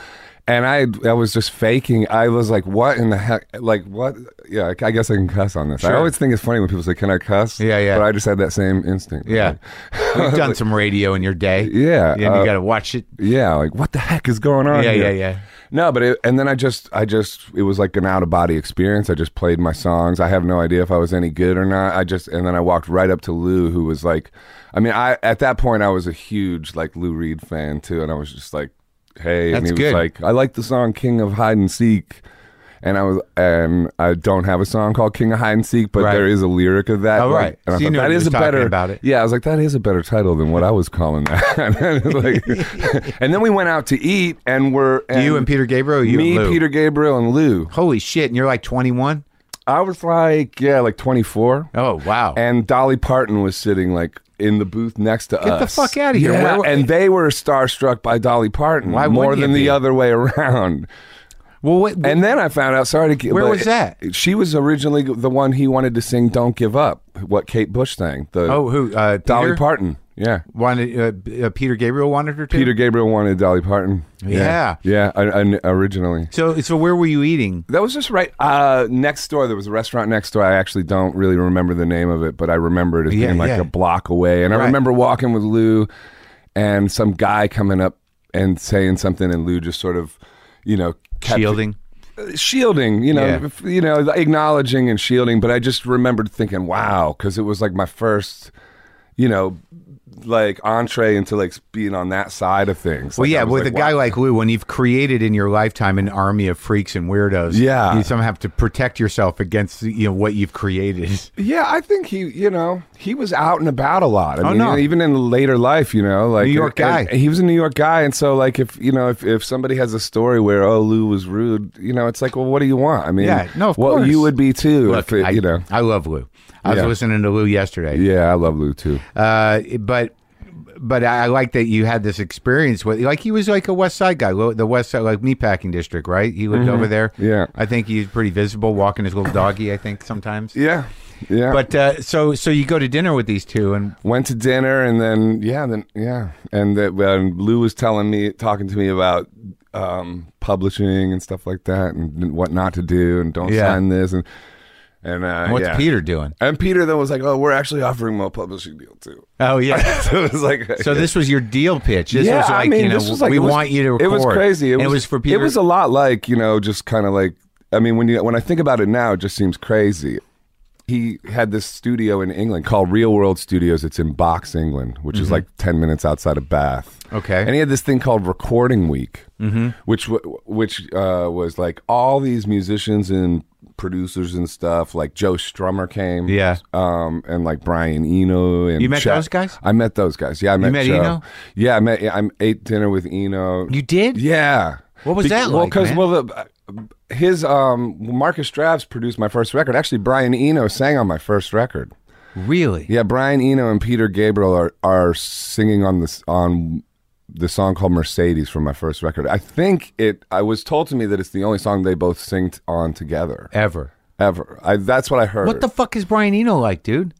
And I, I was just faking. I was like, "What in the heck? Like, what? Yeah, I I guess I can cuss on this. I always think it's funny when people say, "Can I cuss?"
Yeah, yeah.
But I just had that same instinct.
Yeah,
Like,
we've
[LAUGHS]
done some radio in your day.
Yeah,
and
uh,
you got to watch it.
yeah. Like, what the heck is going on?
Yeah,
here?
yeah, yeah.
No, but it, and then I just, I just, it was like an out of body experience. I just played my songs. I have no idea if I was any good or not. I just, and then I walked right up to Lou, who was like, I mean, I at that point I was a huge like Lou Reed fan too, and I was just like, hey, and
That's
he
good.
was like, I like the song King of Hide and Seek. And I was, and I don't have a song called "King of Hide and Seek," but
Right.
there is a lyric of that.
Oh,
like-
right.
and I
So you
thought
knew
that
he
is
was
a
talking
better
about it.
yeah, I was like, that is a better title than what I was calling that. [LAUGHS] Like-
[LAUGHS]
and then we went out to eat, and we're and
you and Peter Gabriel. Or you
me,
and Lou?
Peter Gabriel, and Lou.
Holy shit! And you're like 21.
I was like, yeah, like 24,
Oh wow.
and Dolly Parton was sitting like in the booth next to
the
us.
fuck outta here. Where
Yeah,
were-
and they were starstruck by Dolly Parton
Why
more
wouldn't you
than the
be?
other way [LAUGHS] around.
well, what,
And then I found out. Sorry to keep.
Where
but
was that?
She was originally the one he wanted to sing "Don't Give Up," what Kate Bush sang. The
oh who? Uh,
Dolly
Peter?
Parton. Yeah.
Wanted uh, B- uh, Peter Gabriel wanted her to.
Peter Gabriel wanted Dolly Parton.
Yeah.
Yeah, I, I- originally.
So so where were you eating?
That was just right uh, next door. There was a restaurant next door. I actually don't really remember the name of it, but I remember it as
Yeah,
being like
yeah.
a block away. And I
Right.
remember walking with Lou and some guy coming up and saying something, and Lou just sort of, you know, kept-
Shielding.
shielding, you know,
Yeah.
f- you know, acknowledging and shielding. But I just remembered thinking, wow, because it was like my first, you know, like entree into like being on that side of things.
Well,
Like, I
yeah,
was
with
like,
a guy
wow.
like Lou, when you've created in your lifetime an army of freaks and weirdos,
Yeah.
you somehow have to protect yourself against you know what you've [LAUGHS] created.
yeah, I think he, you know, he was out and about a lot. I
Oh,
mean,
no.
even in later life, you know, like
New York
and-
guy.
and he was a New York guy, and so like if you know if, if somebody has a story where oh Lou was rude, you know, it's like well, what do you want? I mean,
Yeah, no, of
well,
course.
you would be too.
Look,
if it,
I,
you know,
I love Lou. I was
Yeah.
listening to Lou yesterday.
yeah, I love Lou too.
Uh, but but I I like that you had this experience with like he was like a West Side guy, lo- the West Side like meatpacking district, right? He lived over there.
Yeah.
I think he's pretty visible, walking his little doggy. I think sometimes.
Yeah,
[LAUGHS]
yeah.
But uh, so so you go to dinner with these two, and
went to dinner and then yeah then yeah and that when lou was telling me talking to me about um publishing and stuff like that and what not to do and don't
Yeah.
sign this and and uh
what's
yeah.
Peter doing?
and peter then was like oh we're actually offering him a publishing deal too [LAUGHS]
Oh yeah.
so it was [LAUGHS] like
[LAUGHS] So this was your deal pitch. This
yeah,
was like,
I mean,
you know,
this was like
we
it was-
want you to record.
It was crazy. It
And
was,
it was for Peter.
It was a lot like you know, just kind of like. I mean, when you when I think about it now, it just seems crazy. He had this studio in England called Real World Studios. It's in Box, England, which is like ten minutes outside of Bath.
Mm-hmm. Okay. Mm-hmm.
and he had this thing called Recording Week, which w- which uh, was like all these musicians and producers and stuff. Like Joe Strummer came,
Yeah.
um, and like Brian Eno. And
You met
Chet-
those guys?
I met those guys. Yeah, I met,
met
Joe.
Eno?
Yeah, I met. I ate dinner with Eno.
you did?
yeah.
What was that
Well,
like, man?
well, the, his um, Marcus Straves produced my first record. Actually, Brian Eno sang on my first record.
Really?
Yeah, Brian Eno and Peter Gabriel are are singing on this on the song called Mercedes from my first record. I think it. I was told to me that it's the only song they both sing t- on together
Ever.
ever. I, that's what I heard.
What the fuck is Brian Eno like, dude?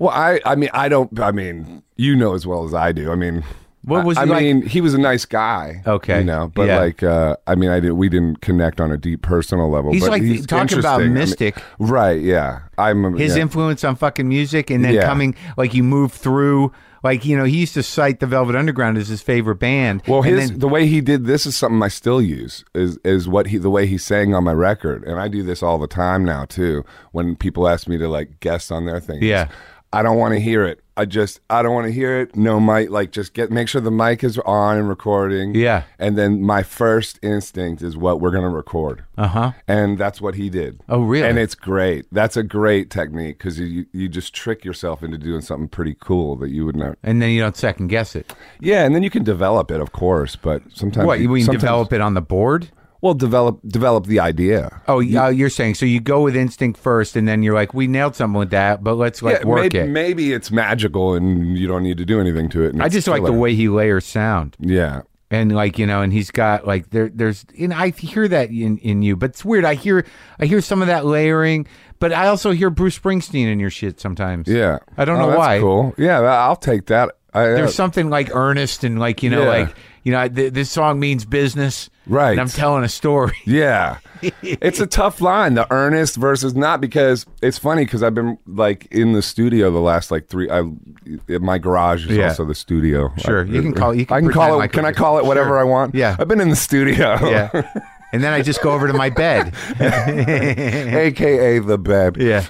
Well, I, I mean, I don't. I mean, you know as well as I do. I mean,
What was
I,
he
I
like?
mean, he was a nice guy.
Okay.
you know, but
Yeah.
like, uh, I mean, I did. We didn't connect on a deep personal level.
He's
but
like
he's
talking about
interesting. I mean-
mystic.
right? Yeah, I'm a-
his
yeah.
influence on fucking music and then
Yeah.
coming like you move through like you know he used to cite the velvet underground as his favorite band
Well,
and
his
then-
the way he did this is something I still use is is what he the way he sang on my record, and I do this all the time now too. When people ask me to like guest on their things,
Yeah.
I don't want to hear it. I just I don't want to hear it. No mic, like just get make sure the mic is on and recording.
Yeah.
and then my first instinct is what we're gonna record. Uh
uh-huh.
huh. And that's what he did.
Oh, really?
And it's great. That's a great technique because you you just trick yourself into doing something pretty cool that you would not
and then you don't second guess it
yeah, and then you can develop it, of course, but sometimes
what you mean
sometimes-
develop it on the board
Well, develop develop the idea.
oh yeah you're saying so you go with instinct first and then you're like we nailed something with that but let's like
yeah,
work
maybe,
it
maybe it's magical and you don't need to do anything to it. and
i
it's
just like the
killer.
way he layers sound
Yeah,
and like you know and he's got like there there's and i hear that in in you but it's weird i hear i hear some of that layering but i also hear bruce springsteen in your shit sometimes
yeah.
i don't
Oh,
know
that's
why
Cool. Yeah, I- I'll take that. I, uh,
there's something like earnest and like you know
Yeah.
like you know I- th- this song means business
Right.
and i'm telling a story [LAUGHS]
Yeah. it's a tough line, the earnest versus not, because it's funny because I've been like in the studio the last like three. I my garage is
Yeah.
also the studio.
Sure, you can call it- you can
I can
pretend
call it.
like
can
it-
I call it whatever
sure.
I want?
Yeah.
I've been in the studio. [LAUGHS]
yeah and then i just go over to my bed
AKA the bed.
[LAUGHS] yeah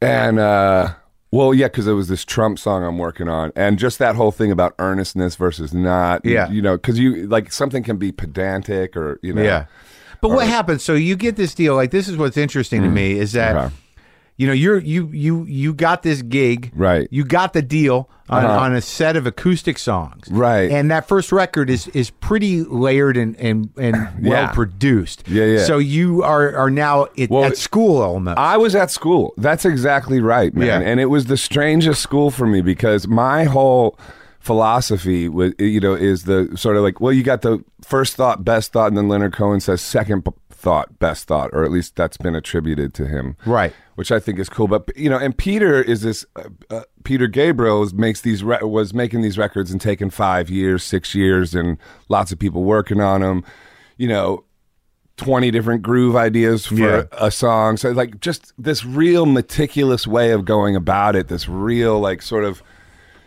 And uh well, yeah, because it was this Trump song I'm working on, and just that whole thing about earnestness versus not.
Yeah.
you know, because you like something can be pedantic or you know.
yeah but what happens so you get this deal like this is what's interesting to me is that
Mm. Okay.
you know you're you you you got this gig
Right.
you got the deal on,
Uh-huh.
on a set of acoustic songs
Right.
and that first record is is pretty layered and and, and
[COUGHS]
well produced
Yeah, yeah.
so you are are now at,
Well, Oh.
at school almost
I was at school. That's exactly right, man.
Yeah.
And it was the strangest school for me because my whole philosophy was, you know, is the sort of like, well, you got the first thought, best thought, and then Leonard Cohen says second p- thought, best thought, or at least that's been attributed to him.
Right.
Which I think is cool. But you know, and Peter is this. Uh, uh, Peter Gabriel is- makes these re- was making these records and taking five years, six years, and lots of people working on them. You know, 20 different groove ideas for
Yeah.
a song. So like just this real meticulous way of going about it, this real like sort of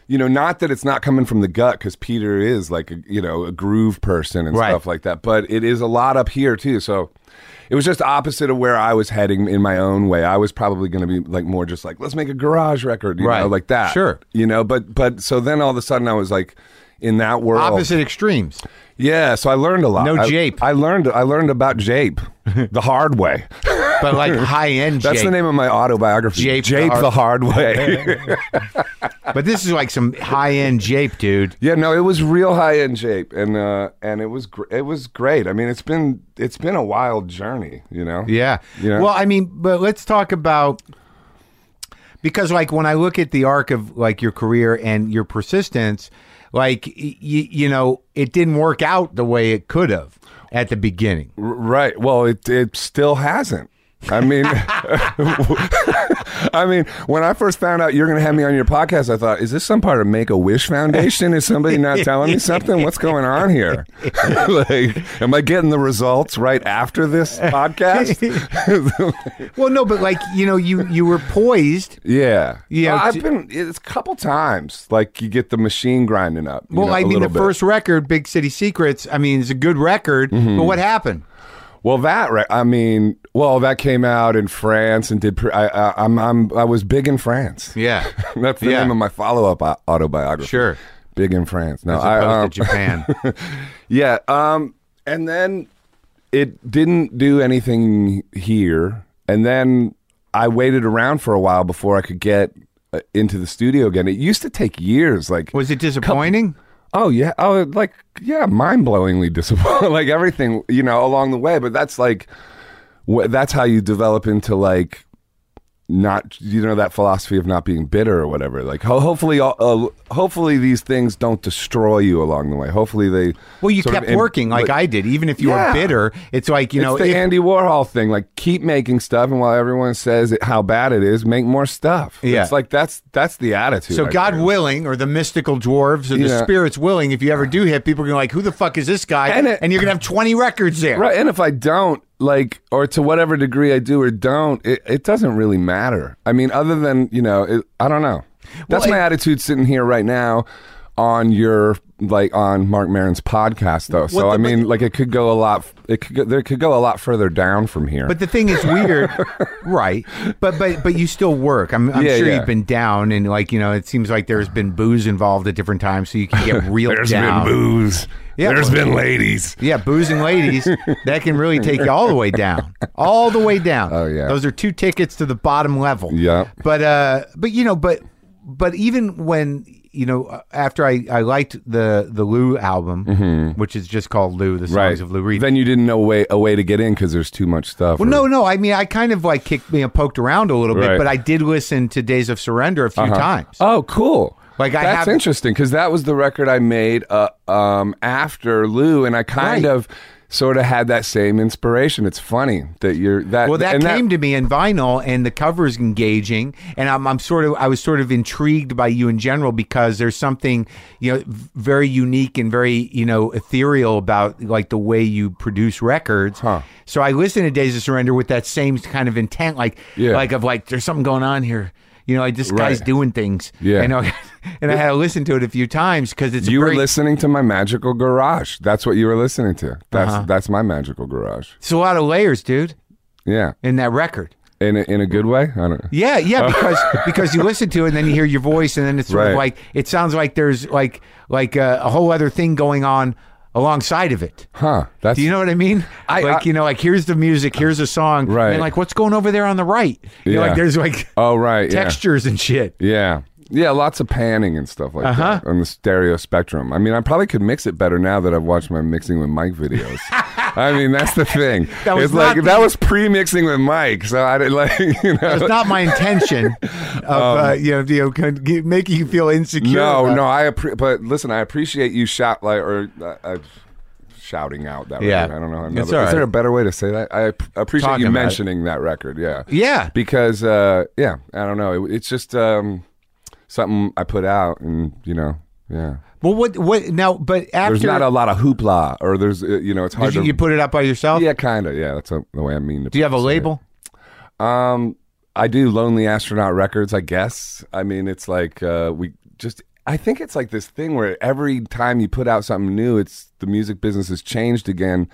you know, not that it's not coming from the gut cuz Peter is like a, you know, a groove person and
Right.
stuff like that, but it is a lot up here too. So it was just opposite of where I was heading in my own way. I was probably going to be like more just like let's make a garage record, you
Right.
know, like that.
Sure.
You know, but but so then all of a sudden I was like in that world.
Opposite extremes.
Yeah, so I learned a lot.
No
I-
jape.
I, learned I learned about
[LAUGHS]
jape the hard way.
But
[LAUGHS]
like high end
That's the name of my autobiography.
Jape the
jape
hard-
the hard
[LAUGHS]
way.
But this is like some high end jape, dude.
[LAUGHS] yeah, no, it was real high end jape, and uh, and it was gr- it was great. I mean, it's been it's been a wild journey, you know.
Yeah.
Yeah.
Well, I mean, but let's talk about because like when I look at the arc of like your career and your persistence, like y- y- you know, it didn't work out the way it could have at the beginning.
R- right. Well, it it still hasn't. I mean, [LAUGHS] I mean, when I first found out you're going to have me on your podcast, I thought, is this some part of Make a Wish Foundation? Is somebody not telling me something? What's going on here? [LAUGHS] like, am I getting the results right after this podcast?
Well, no, but like, you know, you you were poised.
[LAUGHS] yeah,
Yeah,
Well,
t-
I've been. It's a couple times. Like you get the machine grinding up. you
Well,
know,
I
a
mean the
little bit.
first record, Big City Secrets, I mean, it's a good record,
Mm-hmm.
but what happened?
Well, that right. I mean, well, that came out in France and did. Pre- I, I, I'm, I'm, I was big in France.
Yeah.
That's the
Yeah.
name of my follow-up au- autobiography.
Sure.
Big in France. No,
As
[LAUGHS] I,
opposed
um,
to Japan.
[LAUGHS] yeah. Um, and then it didn't do anything here. And then I waited around for a while before I could get uh, into the studio again. It used to take years. Like,
Was it disappointing?
oh yeah, oh like yeah, mind-blowingly disappointing. [LAUGHS] like everything, you know, along the way. But that's like, wh- that's how you develop into like not you know that philosophy of not being bitter or whatever like ho- hopefully all, uh, hopefully these things don't destroy you along the way hopefully they
Well, you
sort of
kept
em-
working like I did, even if you
Yeah.
were bitter. It's like you
it's
know,
the
if-
Andy Warhol thing like keep making stuff and while everyone says it, how bad it is make more stuff
Yeah.
it's like that's that's the attitude
so
I
God
feel.
willing, or the mystical dwarves, or the
Yeah.
spirits willing, if you ever do hit, people are gonna be like, "Who the fuck is this guy?" And,
And it-
you're gonna have 20 records there.
Right, and if I don't like, or to whatever degree I do or don't, it, it doesn't really matter. I mean, other than you know, it, I don't know. That's
Well,
my
it-
attitude sitting here right now on your like on Mark Maron's podcast though. So
the-
I mean, like it could go a lot. It could go, there could go a lot further down from here.
But the thing is
[LAUGHS]
weird, right? But but but you still work. I'm, I'm
Yeah,
sure
yeah.
you've been down, and like you know, it seems like there's been booze involved at different times, so you can
[LAUGHS]
get real
there's
down.
been booze.
Yeah,
There's
well-
been ladies.
Yeah, booze and ladies that can really take you all the way down, all the way down.
Oh, yeah.
those are two tickets to the bottom level.
Yeah.
but uh, but you know, but but even when you know, uh, after I I liked the the Lou album, which is just called Lou, the songs
Mm-hmm. Right.
of Lou Reed.
Then you didn't know way, a way to get in because there's too much stuff.
well,
or-
no, no. I mean, I kind of like kicked, you know, poked around a little bit,
Right.
but I did listen to Days of Surrender a few times.
Oh, cool.
Like, I
that's
have-
interesting because that was the record I made uh, um, after Lou, and I kind
Right.
of sort of had that same inspiration. It's funny that you're that.
Well, that
and
came to me in vinyl, and the cover is engaging, and I'm, I'm sort of I was sort of intrigued by you in general because there's something you know v- very unique and very you know ethereal about like the way you produce records.
Huh.
So I listened to Days of Surrender with that same kind of intent, like
Yeah.
like of like there's something going on here. You know, like this guy's
Right.
doing things.
Yeah.
and I, [LAUGHS] and I had to listen to it a few times because it's a
You were
very-
listening to my magical garage. That's what you were listening to. That's
Uh-huh.
that's my magical garage.
It's a lot of layers, dude,
Yeah,
in that record.
in a, in a good way. I don't.
Yeah,
Oh.
yeah, because because you listen to it and then you hear your voice and then it's sort of
Right.
like it sounds like there's like like uh, a, a whole other thing going on alongside of it.
Huh? That's
Do you know what I mean?
I-
like
I-
you know, like here's the music, here's a song,
Right.
And then, like what's going over there on the right? You know,
Yeah.
like there's like
Oh right. yeah.
textures and shit.
[LAUGHS] Yeah. Yeah, lots of panning and stuff like
Uh-huh.
that on the stereo spectrum. I mean, I probably could mix it better now that I've watched my mixing with Mike videos. I mean, that's the thing.
[LAUGHS] That was
it's
not
like
the-
that was pre-mixing with Mike, so I didn't [LAUGHS] like you know.
It's not my intention
[LAUGHS]
of uh, you know, you know kind of ge- making you feel insecure.
Um, No,
about-
no, I appre- but listen, I appreciate you shot like or uh, uh, shouting out that
Yeah.
record. I don't know.
It's
Another,
all
Is there
right.
a better way to say that? I ap- appreciate
Talking
you
about it.
mentioning that record. Yeah.
Yeah.
Because, uh, yeah, I don't know. It, it's just um, something I put out and, you know, yeah.
Well, what what now? But
There's
after
not a lot of hoopla or there's, uh, you know, it's hard
did you,
to.
you put it out by yourself?
yeah, kind of. Yeah, that's uh the way I mean to
Do you have a
say it.
label?
Um, I do Lonely Astronaut Records, I guess. I mean, it's like uh, we just. I think it's like this thing where every time you put out something new, it's the music business has changed again.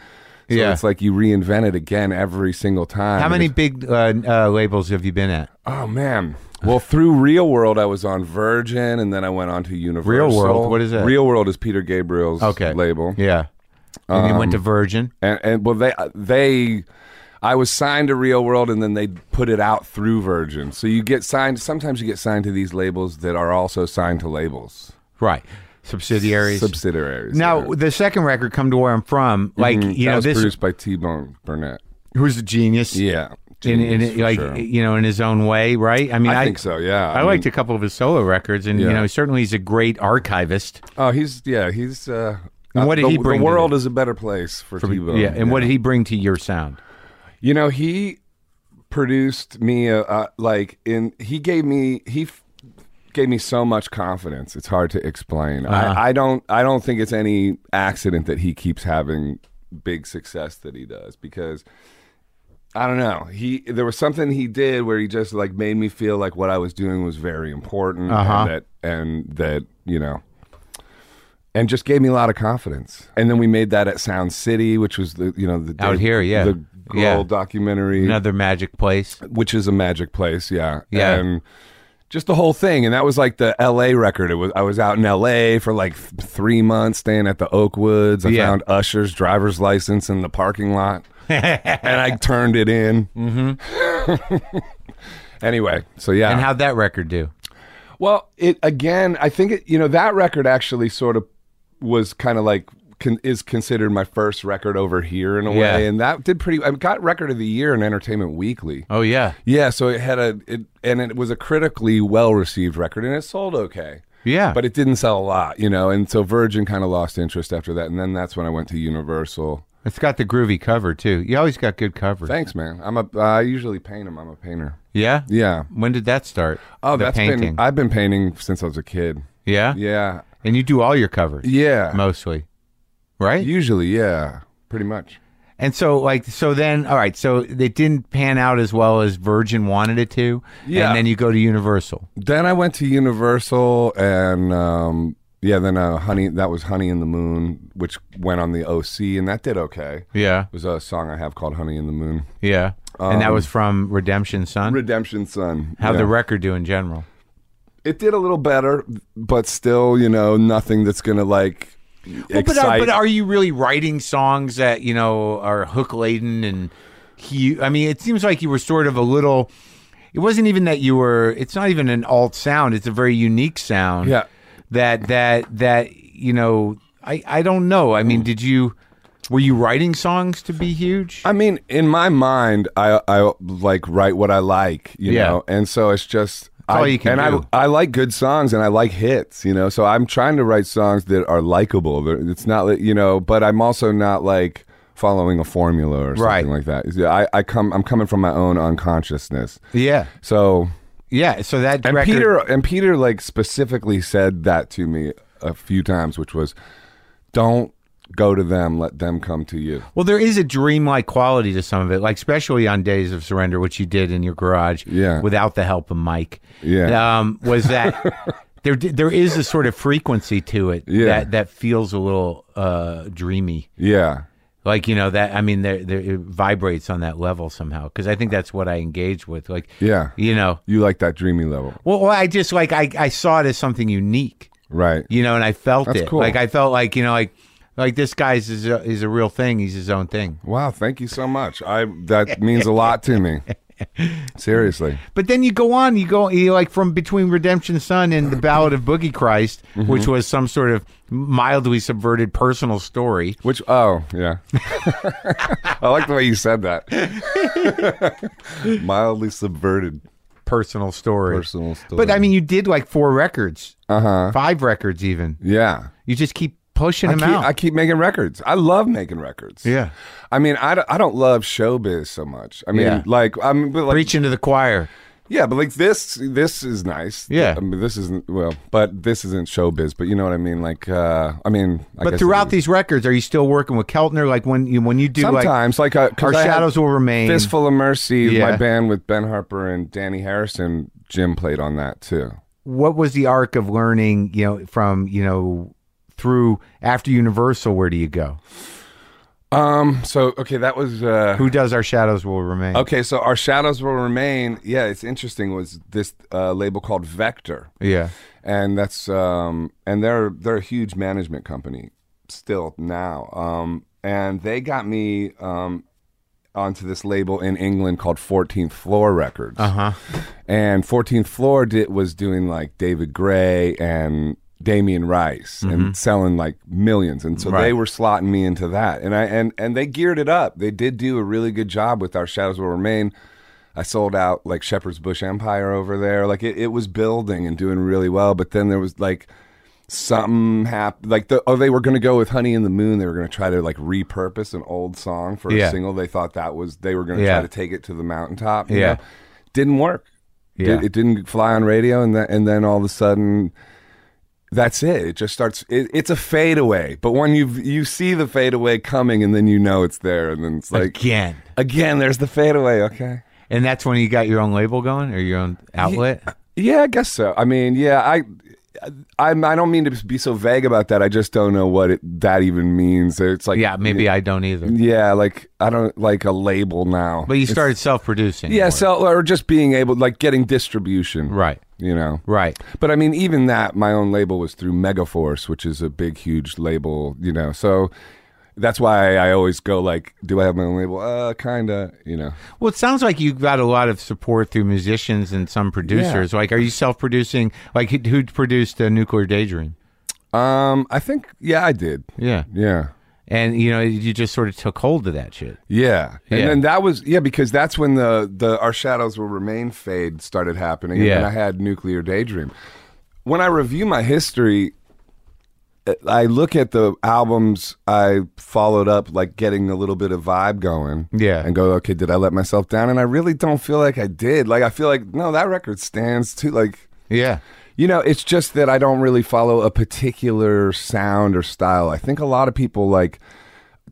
So
Yeah.
it's like you reinvent it again every single time.
How
And
many
it's-
big uh, uh, labels have you been at?
Oh man. Well, through Real World, I was on Virgin, and then I went on to Universal.
World? What is that?
Real World is Peter Gabriel's
Okay.
label.
Yeah. And you went
Um,
to Virgin.
and, and well they uh, they I was signed to Real World and then they put it out through Virgin. So you get signed sometimes you get signed to these labels that are also signed to labels.
Right. Subsidiaries.
Subsidiaries.
now,
yeah.
the second record, Come to Where I'm From, like,
Mhm.
you
that
know,
was
this,
produced by T Bone Burnett.
who's a genius.
Yeah.
In, in,
Genius, for
like,
sure.
you know, in his own way, right? I mean,
I
I,
think so, yeah.
I, liked a couple of his solo records, and, you
Yeah.
know, certainly he's a great archivist.
Oh, he's yeah, he's uh
And what did
the,
he bring to
The world
the-
is a better place for T Bone.
yeah. And what did he bring to your sound?
You know, he produced me uh, uh, like in he gave me he f- gave me so much confidence. It's hard to explain.
Uh-huh.
I, I don't I don't think it's any accident that he keeps having big success that he does because I don't know. He there was something he did where he just like made me feel like what I was doing was very important
Uh-huh.
and that and that, you know, and just gave me a lot of confidence. And then we made that at Sound City, which was the you know the
Out
Dave-
here, yeah.
the girl
Yeah.
documentary,
Another magic place.
which is a magic place, yeah,
Yeah.
And just the whole thing, and that was like the L.A. record. It was I was out in L.A. for like th- three months, staying at the Oakwoods. I
Yeah.
found Usher's driver's license in the parking
[LAUGHS]
lot, and I turned it in. Mm-hmm. [LAUGHS] anyway, so yeah,
Mm-hmm. And how'd that record do?
well, it again. I think it. You know that record actually sort of was kind of like con, is considered my first record over here in a
Yeah.
way, and that did pretty. I got record of the year in Entertainment Weekly.
Oh, yeah.
Yeah, so it had a it, and it was a critically well received record, and it sold okay.
Yeah.
but it didn't sell a lot, you know. And so Virgin kind of lost interest after that, and then that's when I went to Universal.
It's got the groovy cover, too. You always got good covers.
Thanks, man. I'm a I usually paint them. I'm a painter.
Yeah?
Yeah.
When did that start?
Oh,
the
that's
painting.
been I've been painting since I was a kid.
yeah?
Yeah,
And you do all your covers.
yeah.
Mostly. Right?
Usually, yeah, pretty much.
and so like so then all right, so it didn't pan out as well as Virgin wanted it to.
Yeah.
And then you go to Universal.
Then I went to Universal, and um, yeah, then uh, Honey. That was Honey in the Moon, which went on the OC, and that did okay.
Yeah.
It was a song I have called Honey in the Moon.
Yeah. and that was from Redemption Son.
Redemption Son.
How'd
Um, yeah.
the record do in general?
it did a little better, but still, you know, nothing that's gonna like
but, are,
excite-
but are you really writing songs that, you know, are hook laden and he I mean, it seems like you were sort of a little it wasn't even that you were it's not even an alt sound, it's a very unique sound.
Yeah.
that that that you know I I don't know. I mean, did you were you writing songs to be huge?
I mean, in my mind, I I like write what I like, you
Yeah.
know, and so it's just
That's
I,
all you can
and
do.
I I like good songs and I like hits, you know. So I'm trying to write songs that are likable. They're- It's not like- you know, but I'm also not like following a formula or something
Right.
like that. Yeah, I, I come I'm coming from my own unconsciousness.
yeah,
So
yeah. So that
and
record,
Peter and Peter like specifically said that to me a few times, which was, "Don't go to them. Let them come to you."
Well, there is a dreamlike quality to some of it, like especially on Days of Surrender, which you did in your garage,
Yeah.
without the help of Mike.
Yeah.
um, was that
[LAUGHS]
there? There is a sort of frequency to it
Yeah.
that that feels a little uh, dreamy.
Yeah,
like you know that i mean there there it vibrates on that level somehow because i think that's what i engage with like
Yeah.
you know
you like that dreamy level,
well, well i just like I, I saw it as something unique
right?
you know and i felt
That's
it
cool.
like i felt like you know like like this guy's is a, is a real thing he's his own thing
Wow, thank you so much. I that means a lot to me. Seriously,
but then you go on you go you like from between redemption sun and the ballad of boogie christ
Mm-hmm.
which was some sort of mildly subverted personal story
which oh yeah, [LAUGHS] I like the way you said that. [LAUGHS] Mildly subverted
personal story
personal story,
but i mean you did like four records
uh huh,
five records even
yeah.
you just keep pushing
I
him
keep,
out.
I keep making records. I love making records.
Yeah.
I mean, I don't, I don't love showbiz so much. I mean,
Yeah.
like I'm but like
Preaching to the choir.
yeah, but like this this is nice.
Yeah.
I mean, this isn't well, but this isn't showbiz. But you know what I mean? Like, uh, I mean, I
But
guess
throughout
it is.
these records, are you still working with Keltner? Like when you when you do like
sometimes like, uh 'cause
Our
I had
Shadows Will Remain.
Fistful of Mercy,
Yeah.
my band with Ben Harper and Danny Harrison. Jim played on that too.
what was the arc of learning? You know, from you know through after Universal, where do you go?
Um. So okay, that was uh,
Who does Our Shadows Will Remain?
okay. So our shadows will remain. Yeah, it's interesting. Was this uh, label called Vector?
Yeah.
and that's um and they're they're a huge management company still now um and they got me um onto this label in England called 14th Floor Records. Uh-huh. And 14th Floor did, was doing like David Gray and Damien Rice
Mm-hmm.
and selling like millions and so they were slotting me into that. And I and and they geared it up. They did do a really good job with Our Shadows Will Remain. I sold out like Shepherd's Bush Empire over there. Like it, it was building and doing really well, but then there was like something happened. Like the oh, they were going to go with Honey in the Moon. They were going to try to like repurpose an old song for
Yeah.
a single. They thought that was they were going to
Yeah.
try to take it to the mountaintop. you
Yeah.
know? didn't work. Did-
Yeah.
it didn't fly on radio, and that and then all of a sudden. That's it. It just starts. It, it's a fadeaway, but when you you see the fadeaway coming, and then you know it's there, and then it's like
Again.
again, there's the fadeaway. Okay,
And that's when you got your own label going or your own outlet.
Yeah, I guess so. I mean, yeah, I, I, I don't mean to be so vague about that. I just don't know what it, that even means. It's like,
yeah, maybe I don't either.
yeah, like I don't like a label now.
But you
It's-
started self-producing.
yeah,
more.
so or just being able, like getting distribution,
right,
You know,
right.
but I mean, even that, my own label was through Megaforce, which is a big, huge label, you know. So that's why I always go like, "Do I have my own label?" Uh, kinda, you know.
Well, it sounds like you got a lot of support through musicians and some producers. Like, are you self-producing? Like, who who produced uh, Nuclear Daydream?
Um, I think, yeah, I did.
Yeah,
Yeah.
and you know, you just sort of took hold of that shit.
Yeah. And
Yeah.
then that was yeah, because that's when the the Our Shadows Will Remain fade started happening. And
Yeah.
then I had nuclear daydream. When I review my history, uh, I look at the albums I followed up, like getting a little bit of vibe going.
Yeah.
And go, okay, did I let myself down? And I really don't feel like I did. Like I feel like no, that record stands too like
Yeah,
you know, it's just that I don't really follow a particular sound or style. I think a lot of people like,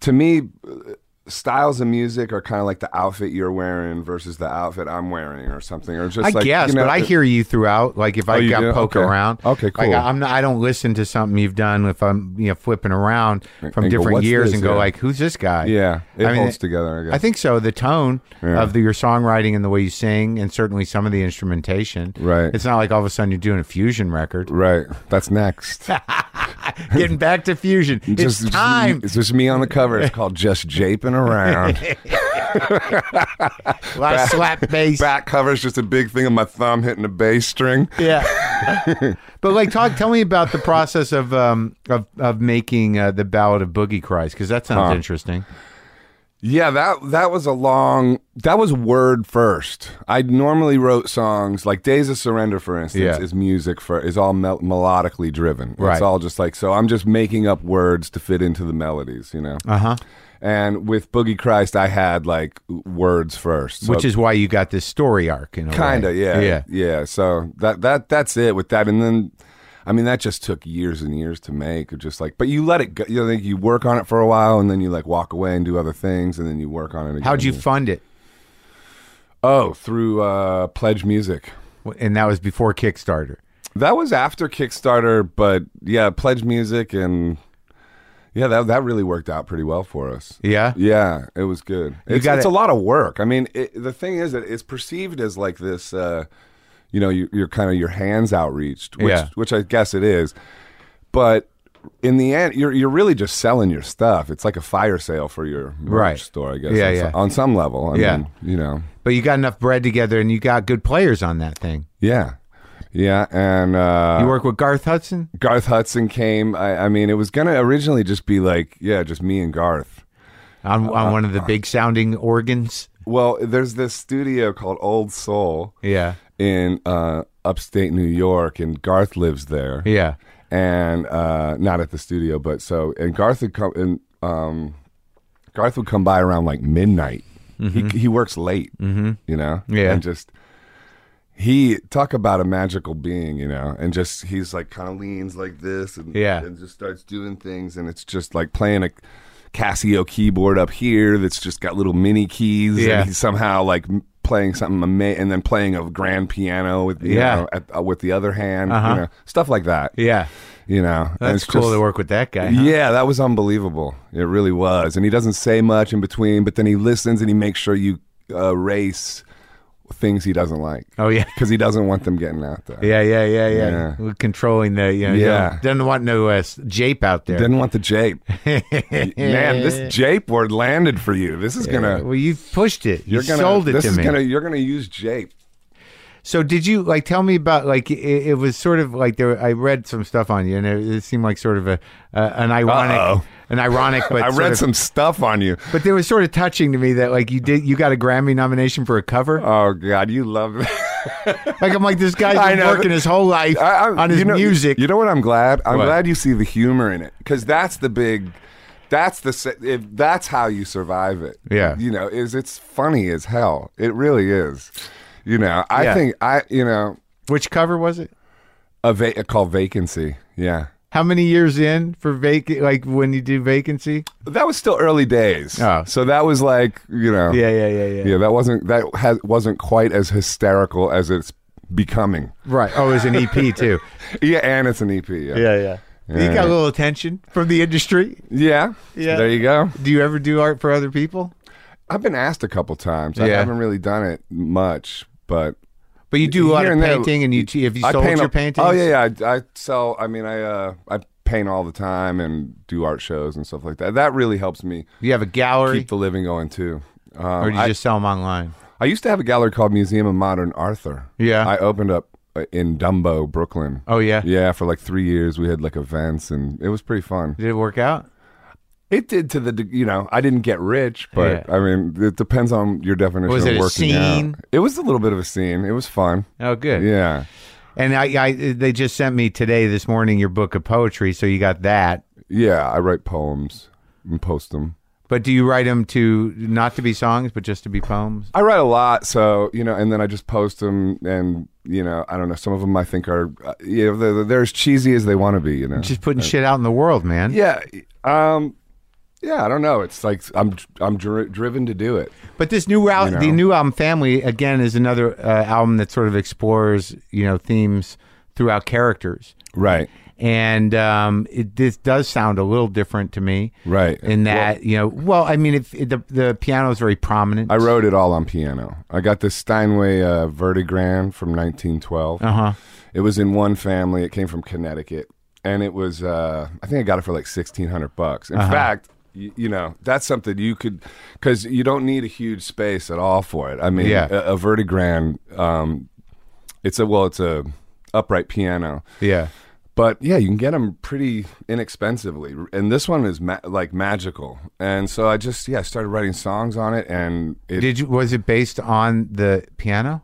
to me, uh, styles of music are kind of like the outfit you're wearing versus the outfit I'm wearing or something. Or just
I
like,
guess,
you know,
but I
it- Oh,
hear you throughout. Like, if I
you
got
do?
poke
Okay.
around,
Okay,
Like,
cool.
I'm not, I don't listen to something you've done if I'm you know flipping around from
And go,
different
"What's
years
this?"
and go
Yeah.
like, who's this guy?
Yeah, it
I mean,
holds together, I guess.
I think so. The tone
Yeah.
of the, your songwriting and the way you sing, and certainly some of the instrumentation.
Right.
It's not like all of a sudden you're doing a fusion
[LAUGHS]
record.
Right. That's next.
Getting back to fusion. it's time.
It's just me on the cover. It's called Just Japing
[LAUGHS]
Around.
A lot of
[LAUGHS]
slap bass.
Back cover is just a big thing of my thumb hitting the bass string.
Yeah. but like, talk. Tell me about the process of um of of making uh, the ballad of Boogie Cries because that sounds interesting.
Yeah, that that was a long. That was word first. I normally wrote songs like "Days of Surrender," for instance,
Yeah.
is music for is all mel- melodically driven.
Right.
It's all just like so. I'm just making up words to fit into the melodies, you know.
Uh huh.
And with Boogie Christ, I had like words first,
Which is why you got this story arc in a
kind of
way.
yeah,
Yeah.
yeah. So that that that's it with that, and then. I mean that just took years and years to make. Just like, but you let it go. You know, like you work on it for a while, and then you like walk away and do other things, and then you work on it again.
How'd you fund it?
Oh, through uh, Pledge Music.
And that was before Kickstarter.
That was after Kickstarter, but yeah, Pledge Music and yeah, that that really worked out pretty well for us.
Yeah.
Yeah, it was good. It's,
got
it's
it.
a lot of work. I mean, it, the thing is that it's perceived as like this, uh, you know, you, you're kind of your hands outreached, which,
Yeah.
which I guess it is. But in the end, you're you're really just selling your stuff. It's like a fire sale for your merch
Right.
store, I guess.
Yeah,
on,
yeah.
Some, on some level, I
Yeah.
mean, you know.
But you got enough bread together, and you got good players on that thing.
Yeah. Yeah, and uh,
You work with Garth Hudson.
Garth Hudson came. I, I mean, it was gonna originally just be like, yeah, just me and Garth.
on, on one of the big sounding organs.
Well, there's this studio called Old Soul
Yeah,
in uh, upstate New York, and Garth lives there.
yeah.
and uh, not at the studio, but so and Garth would come and um, Garth would come by around like midnight. He he works late, mm-hmm. you know.
Yeah.
and just he talk about a magical being, you know, and just he's like kind of leans like this, and
Yeah.
and just starts doing things, and it's just like playing a Casio keyboard up here that's just got little mini keys,
Yeah.
and he's somehow like m- playing something ama- and then playing a grand piano with you
Yeah. Uh-huh.
know, at, uh, with the other hand, you know, stuff like that
Yeah.
you know and
That's
it's
cool
just-
to work with that guy. huh?
yeah that was unbelievable it really was and he doesn't say much in between but then he listens and he makes sure you uh, erase things he doesn't like
Oh yeah. [LAUGHS]
because he doesn't want them getting out there
Yeah, yeah, yeah, yeah.
Yeah.
We're controlling the, you know, you
Yeah.
don't- doesn't want no uh, s- jape out there.
didn't want
[LAUGHS]
the jape man this jape word landed for you this is gonna
well, you pushed it. You
you're gonna
sold it
this
to
is
me.
gonna you're gonna use jape
So did you like tell me about like it, it was sort of like there? I read some stuff on you, and it, it seemed like sort of a uh, an ironic,
Uh-oh.
an ironic, but
[LAUGHS] i
sort
read
of-
some stuff on you
But there was sort of touching to me that like you did, you got a Grammy nomination for a cover.
oh god you love [LAUGHS] that
like I'm like this guy's
[LAUGHS] I
been
know.
working his whole life
I, I-
on his
you know,
music.
You know what? I'm glad. I'm
What?
glad you see the humor in it because that's the big. That's the se- if that's how you survive it.
Yeah.
you know, is it's funny as hell. It really is. You know, I
Yeah.
think I you know
Which cover was it?
a va- called vacancy. Yeah,
How many years in for vacant? Like when you do vacancy?
that was still early days.
Oh.
so that was like you know.
Yeah, yeah, yeah, yeah.
Yeah, that wasn't that has, wasn't quite as hysterical as it's becoming.
Right. Oh, it was an EP
[LAUGHS]
too.
Yeah, and it's an EP. Yeah, yeah.
[LAUGHS] yeah. You got a little attention from the industry. Yeah.
There you go.
Do you ever do art for other people?
I've been asked a couple times. I
Yeah.
haven't really done it much, but
But you do a lot
Here
of
and there.
painting, and you t- have you
I
sold
paint.
your
a-
paintings?
Oh yeah, yeah. I, I sell. I mean, I uh, I paint all the time and do art shows and stuff like that. That really helps me
You have a gallery,
keep the living going too. Um,
or do you
I,
just sell them online?
I used to have a gallery called Museum of Modern Arthur.
Yeah.
I opened up uh, in Dumbo, Brooklyn.
Oh yeah.
Yeah, for like three years we had like events and it was pretty fun.
Did it work out?
It did to the de- you know I didn't get rich, but
Yeah.
I mean it depends on your definition
Was
of
it a
working
scene?
out. It was a little bit of a scene. It was fun.
Oh, good.
Yeah.
And I, I, they just sent me today, this morning, your book of poetry. So you got that.
Yeah, I write poems and post them.
But do you write them to not to be songs, but just to be poems?
I write a lot, so you know, and then I just post them, and you know, I don't know. Some of them I think are, uh, you know, they're, they're as cheesy as they want to be, you know.
Just putting shit out in the world, man.
Uh, yeah, um, yeah. I don't know. It's like I'm I'm dri- driven to do it.
But this new al-
You know.
the new album Family again is another uh, album that sort of explores you know themes throughout characters,
Right.
and um, it, this does sound a little different to me,
Right.
In that you know, well, I mean, if the the piano is very prominent,
I wrote it all on piano. I got this Steinway uh, Vertigrand from 1912.
Uh huh.
It was in one family. It came from Connecticut, and it was. Uh, I think I got it for like sixteen hundred bucks. In
Uh-huh.
fact, you, you know that's something you could, because you don't need a huge space at all for it. I mean,
Yeah.
a, a Vertigrand. Um, it's a well, it's a upright piano,
Yeah.
but yeah, you can get them pretty inexpensively. And this one is ma- like magical, and so I just yeah started writing songs on it, and it,
Did you was it based on the piano?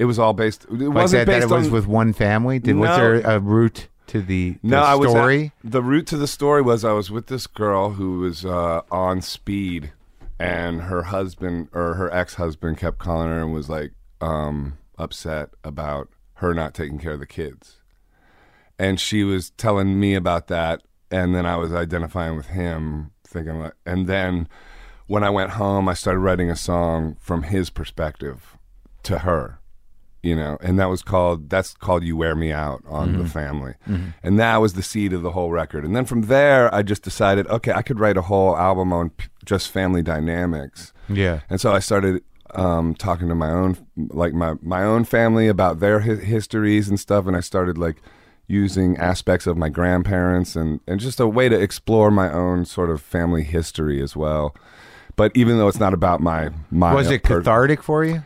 it was all based. It
Like
wasn't
that, that
based
it was
on,
with one family? Did was
No.
there a root to the, the
No, I was uh,
story?
at- the route to the story was I was with this girl who was uh, on speed, and her husband or her ex husband kept calling her and was like um, upset about her not taking care of the kids, and she was telling me about that, and then I was identifying with him, thinking like, and then when I went home, I started writing a song from his perspective to her you know and that was called that's called you wear me out on
Mm-hmm.
the family and that was the seed of the whole record and then from there i just decided okay i could write a whole album on p- just family dynamics
yeah.
and so i started um, talking to my own like my, my own family about their hi- histories and stuff and i started like using aspects of my grandparents and, and just a way to explore my own sort of family history as well but even though it's not about my my
Was it
per-
cathartic for you?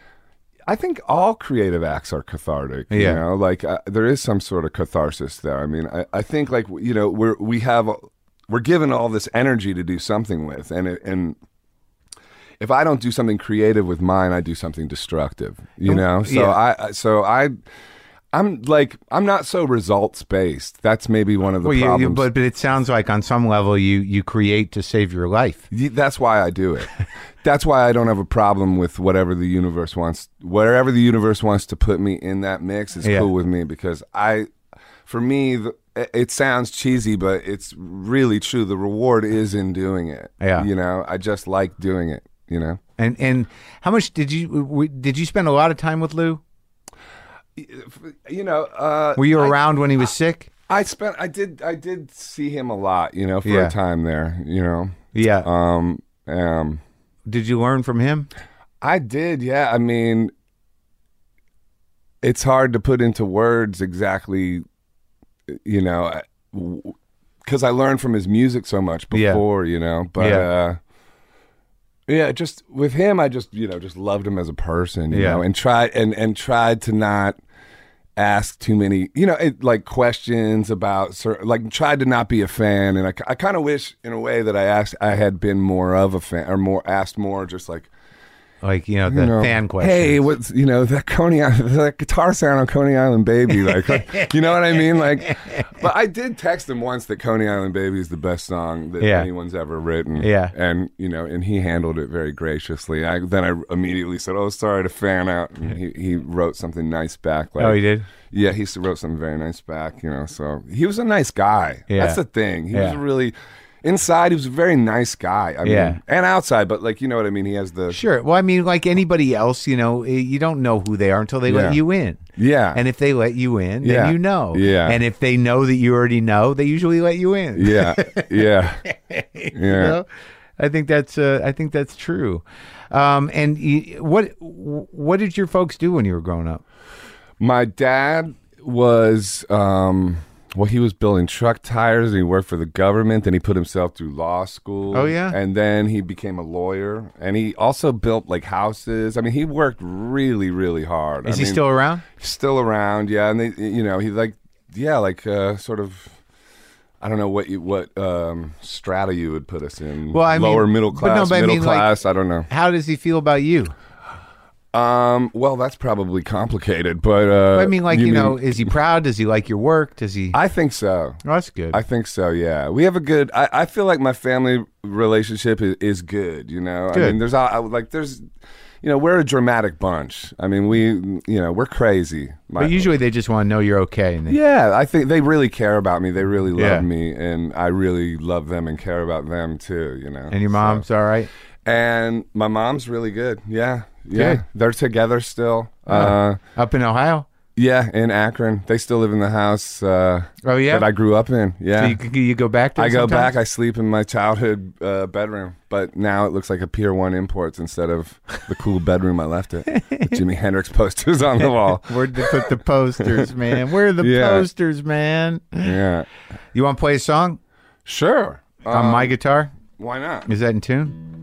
I think all creative acts are cathartic.
Yeah.
You know, like uh, there is some sort of catharsis there. I mean, I, I think like you know we're we have we're given all this energy to do something with, and it, and if I don't do
Oh,
something creative with mine, I do something destructive. You know, so
yeah.
I so I I'm like I'm not so results based. That's maybe one of the
Well, you,
problems.
you, but but it sounds like on some level you you create to save your life.
Y- That's why I
[LAUGHS]
do it. That's why I don't have a problem with whatever the universe wants. Wherever the universe wants to put me in that mix is
Yeah.
cool with me because I, for me, the, it- it sounds cheesy, but it's really true. The reward is in doing it.
Yeah.
you know, I just like doing it. You know,
And and how much did you w- did you spend a lot of time with Lou?
you know. Uh,
Were you around when he was sick?
I spent. I did. I did see him a lot. You know, for
Yeah.
a time there. You know.
Yeah.
Um. Um.
did you learn from him?
I did, yeah. I mean, it's hard to put into words exactly, you know, uh, because I learned from his music so much
Yeah.
before, you know. But
Yeah.
yeah. uh yeah, just with him, I just you know just loved him as a person, you
Yeah.
know, and tried and and tried to not ask too many, you know, it, like questions about certain, like tried to not be a fan, and I, I kind of wish in a way that I asked I had been more of a fan or more asked more, just like
Like you know the
you know,
fan question.
Hey, what's you know that Coney Island, [LAUGHS] that guitar sound on Coney Island Baby? Like, like, you know what I
[LAUGHS]
mean? Like, but I did text him once that Coney Island Baby is the best song that
Yeah.
anyone's ever written.
Yeah.
and you know, and he handled it very graciously. I then I immediately said, "Oh, sorry to fan out," and he, he wrote something nice back. Like,
oh, he did.
yeah, he s- wrote something very nice back, you know. So he was a nice guy.
Yeah.
That's the thing. He was
Yeah.
really inside. He was a very nice guy. I mean,
Yeah.
and outside, but like you know what I mean. He has the
Sure. Well, I mean, like anybody else, you know, eh, you don't know who they are until they
Yeah.
let you in.
yeah,
And if they let you in,
Yeah.
then you know.
Yeah.
And if they know that you already know, they usually let you in.
yeah, yeah,
[LAUGHS] You
yeah.
know? I think that's uh, I think that's true. Um, and y what what did your folks do when you were growing up?
My dad was um well he was building truck tires and he worked for the government then he put himself through law school.
Oh, yeah?
And then he became a lawyer and he also built like houses. I mean he worked really really hard.
Is
I
he
mean,
still around?
still around? Yeah, and they you know, he like yeah, like uh sort of I don't know what you, what um, strata you would put us in.
Well, I mean-
lower middle
but no,
class,
but I
middle
mean, like-
class. I don't know.
How does he feel about you?
Um, well, that's probably complicated, but uh,
I mean, like you, know,
mean-
is he proud? Does he like your work? Does he?
I think so.
oh, that's good.
I think so. Yeah, we have a good. I, I feel like my family relationship is, is good. You know, I
Good.
mean, there's a- I, like there's, you know, we're a dramatic bunch. I mean, we, you know, we're crazy. My-
but usually they just want to know you're okay. And they,
yeah, I think they really care about me. They really love
Yeah.
me, and I really love them and care about them too. You know,
And your
So-
mom's all right.
and my mom's really good. Yeah, yeah,
Good. Uh-huh.
they're together still. Uh,
Up in Ohio?
yeah, in Akron, they still live in the house. Uh,
Oh, yeah?
that I grew up in. Yeah,
So you, g- you go back to
I
it
go
sometimes?
back. I sleep in my childhood uh, bedroom, but now it looks like a Pier One Imports instead of the
[LAUGHS]
cool bedroom I left it. With Jimi Hendrix posters on the
[LAUGHS]
wall.
Where'd they put the posters, man? Where [LAUGHS] are the
Yeah.
posters, man?
Yeah,
You want to play a song
sure. Uh,
on my guitar?
Why not?
Is that in tune?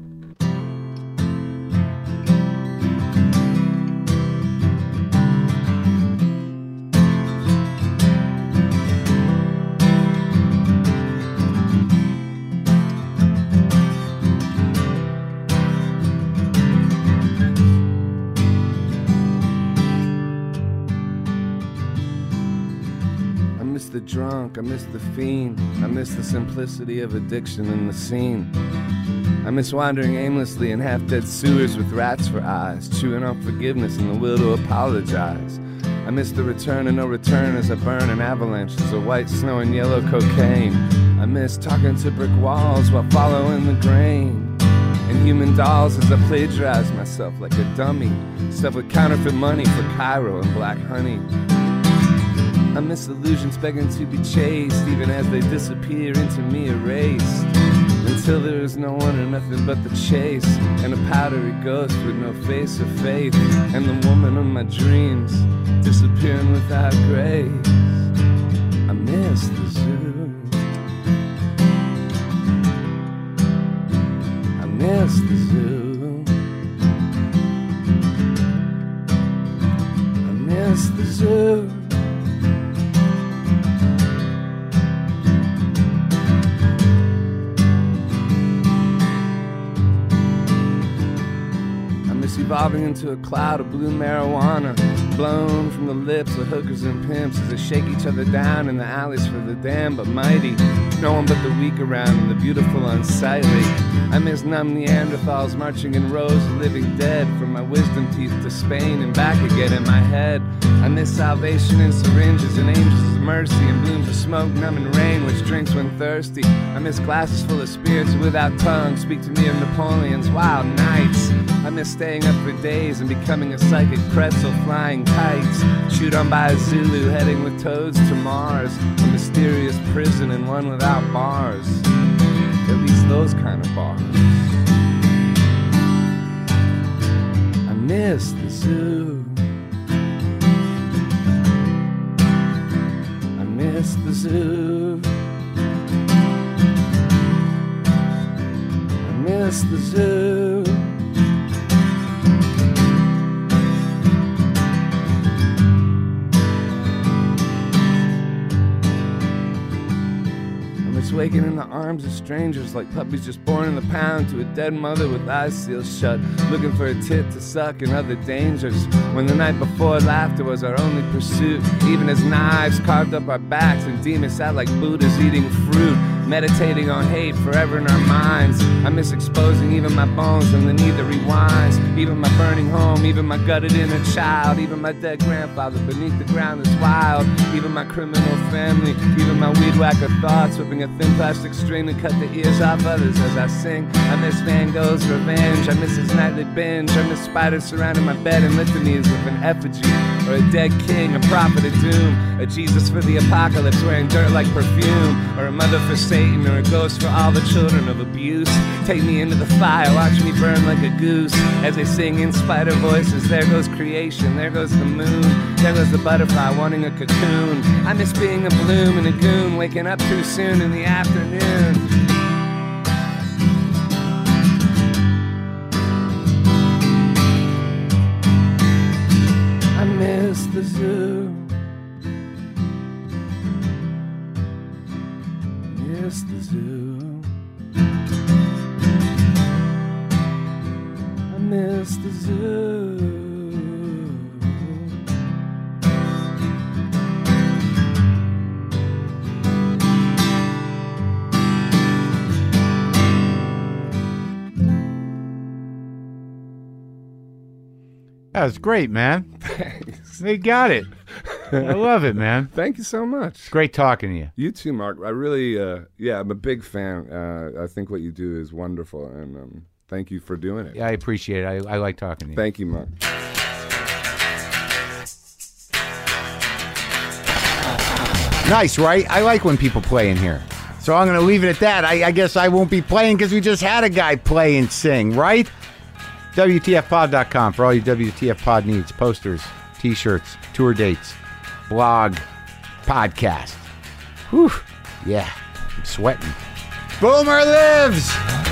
I miss the drunk. I miss the fiend. I miss the simplicity of addiction and the scene. I miss wandering aimlessly in half dead sewers with rats for eyes, chewing on forgiveness and the will to apologize. I miss the return and no return as I burn in avalanches of white snow and yellow cocaine. I miss talking to brick walls while following the grain. And human dolls as I plagiarize myself like a dummy, stuffed with counterfeit money for Cairo and black honey. I miss illusions begging to be chased, even as they disappear into me erased. Until there is no one or nothing but the chase, and a powdery ghost with no face or faith, and the woman of my dreams disappearing without grace. I miss the zoo. I miss the zoo. I miss the zoo. I miss evolving into a cloud of blue marijuana. blown from the lips of hookers and pimps as they shake each other down in the alleys for the damn but mighty. No one but the weak around and the beautiful unsightly. I miss numb Neanderthals marching in rows of living dead from my wisdom teeth to Spain and back again in my head. I miss salvation in syringes and angels of mercy and blooms of smoke, numbing rain which drinks when thirsty. I miss glasses full of spirits without tongues speak to me of Napoleon's wild nights. I miss staying up for days and becoming a psychic pretzel flying kites. Shoot on by a Zulu heading with toads to Mars. A mysterious prison and one without bars. At least those kind of bars. I miss the zoo. I miss the zoo. I miss the zoo. I miss waking in the arms of strangers like puppies just born in the pound to a dead mother with eyes sealed shut, looking for a tit to suck and other dangers. When the night before laughter was our only pursuit, even as knives carved up our backs and demons sat like Buddhas eating fruit, meditating on hate forever in our minds. I miss exposing even my bones and the need that rewinds, even my burning home, even my gutted inner child, even my dead grandfather beneath the ground that's wild, even my criminal family, even my weed whacker thoughts, whipping a thin plastic string to cut the ears off others as I sing. I miss Van Gogh's revenge, I miss his nightly binge, I miss spiders surrounding my bed and litanies with an effigy, or a dead king, a prophet of doom, a Jesus for the apocalypse wearing dirt like perfume, or a mother for Satan, or a ghost for all the children of abuse. Take me into the fire, watch me burn like a goose as they sing in spider voices. There goes creation, there goes the moon, there goes the butterfly wanting a cocoon. I miss being a bloom and a goon, waking up too soon in the afternoon. I miss the zoo. Miss the zoo. I miss the zoo.
That was great, man. Thanks. They got it. I love it,
[LAUGHS]
man.
Thank you so much.
Great talking to you.
You too, Mark. I really, uh, yeah, I'm a big fan. Uh, I think what you do is wonderful, and um, thank you for doing it.
Yeah, I appreciate it. I, I like talking to you.
Thank you, Mark.
Nice, right? I like when people play in here. So I'm going to leave it at that. I, I guess I won't be playing because we just had a guy play and sing, right? WTFpod.com for all your WTF pod needs posters, t shirts, tour dates, blog, podcast. Whew. Yeah, I'm sweating. Boomer lives!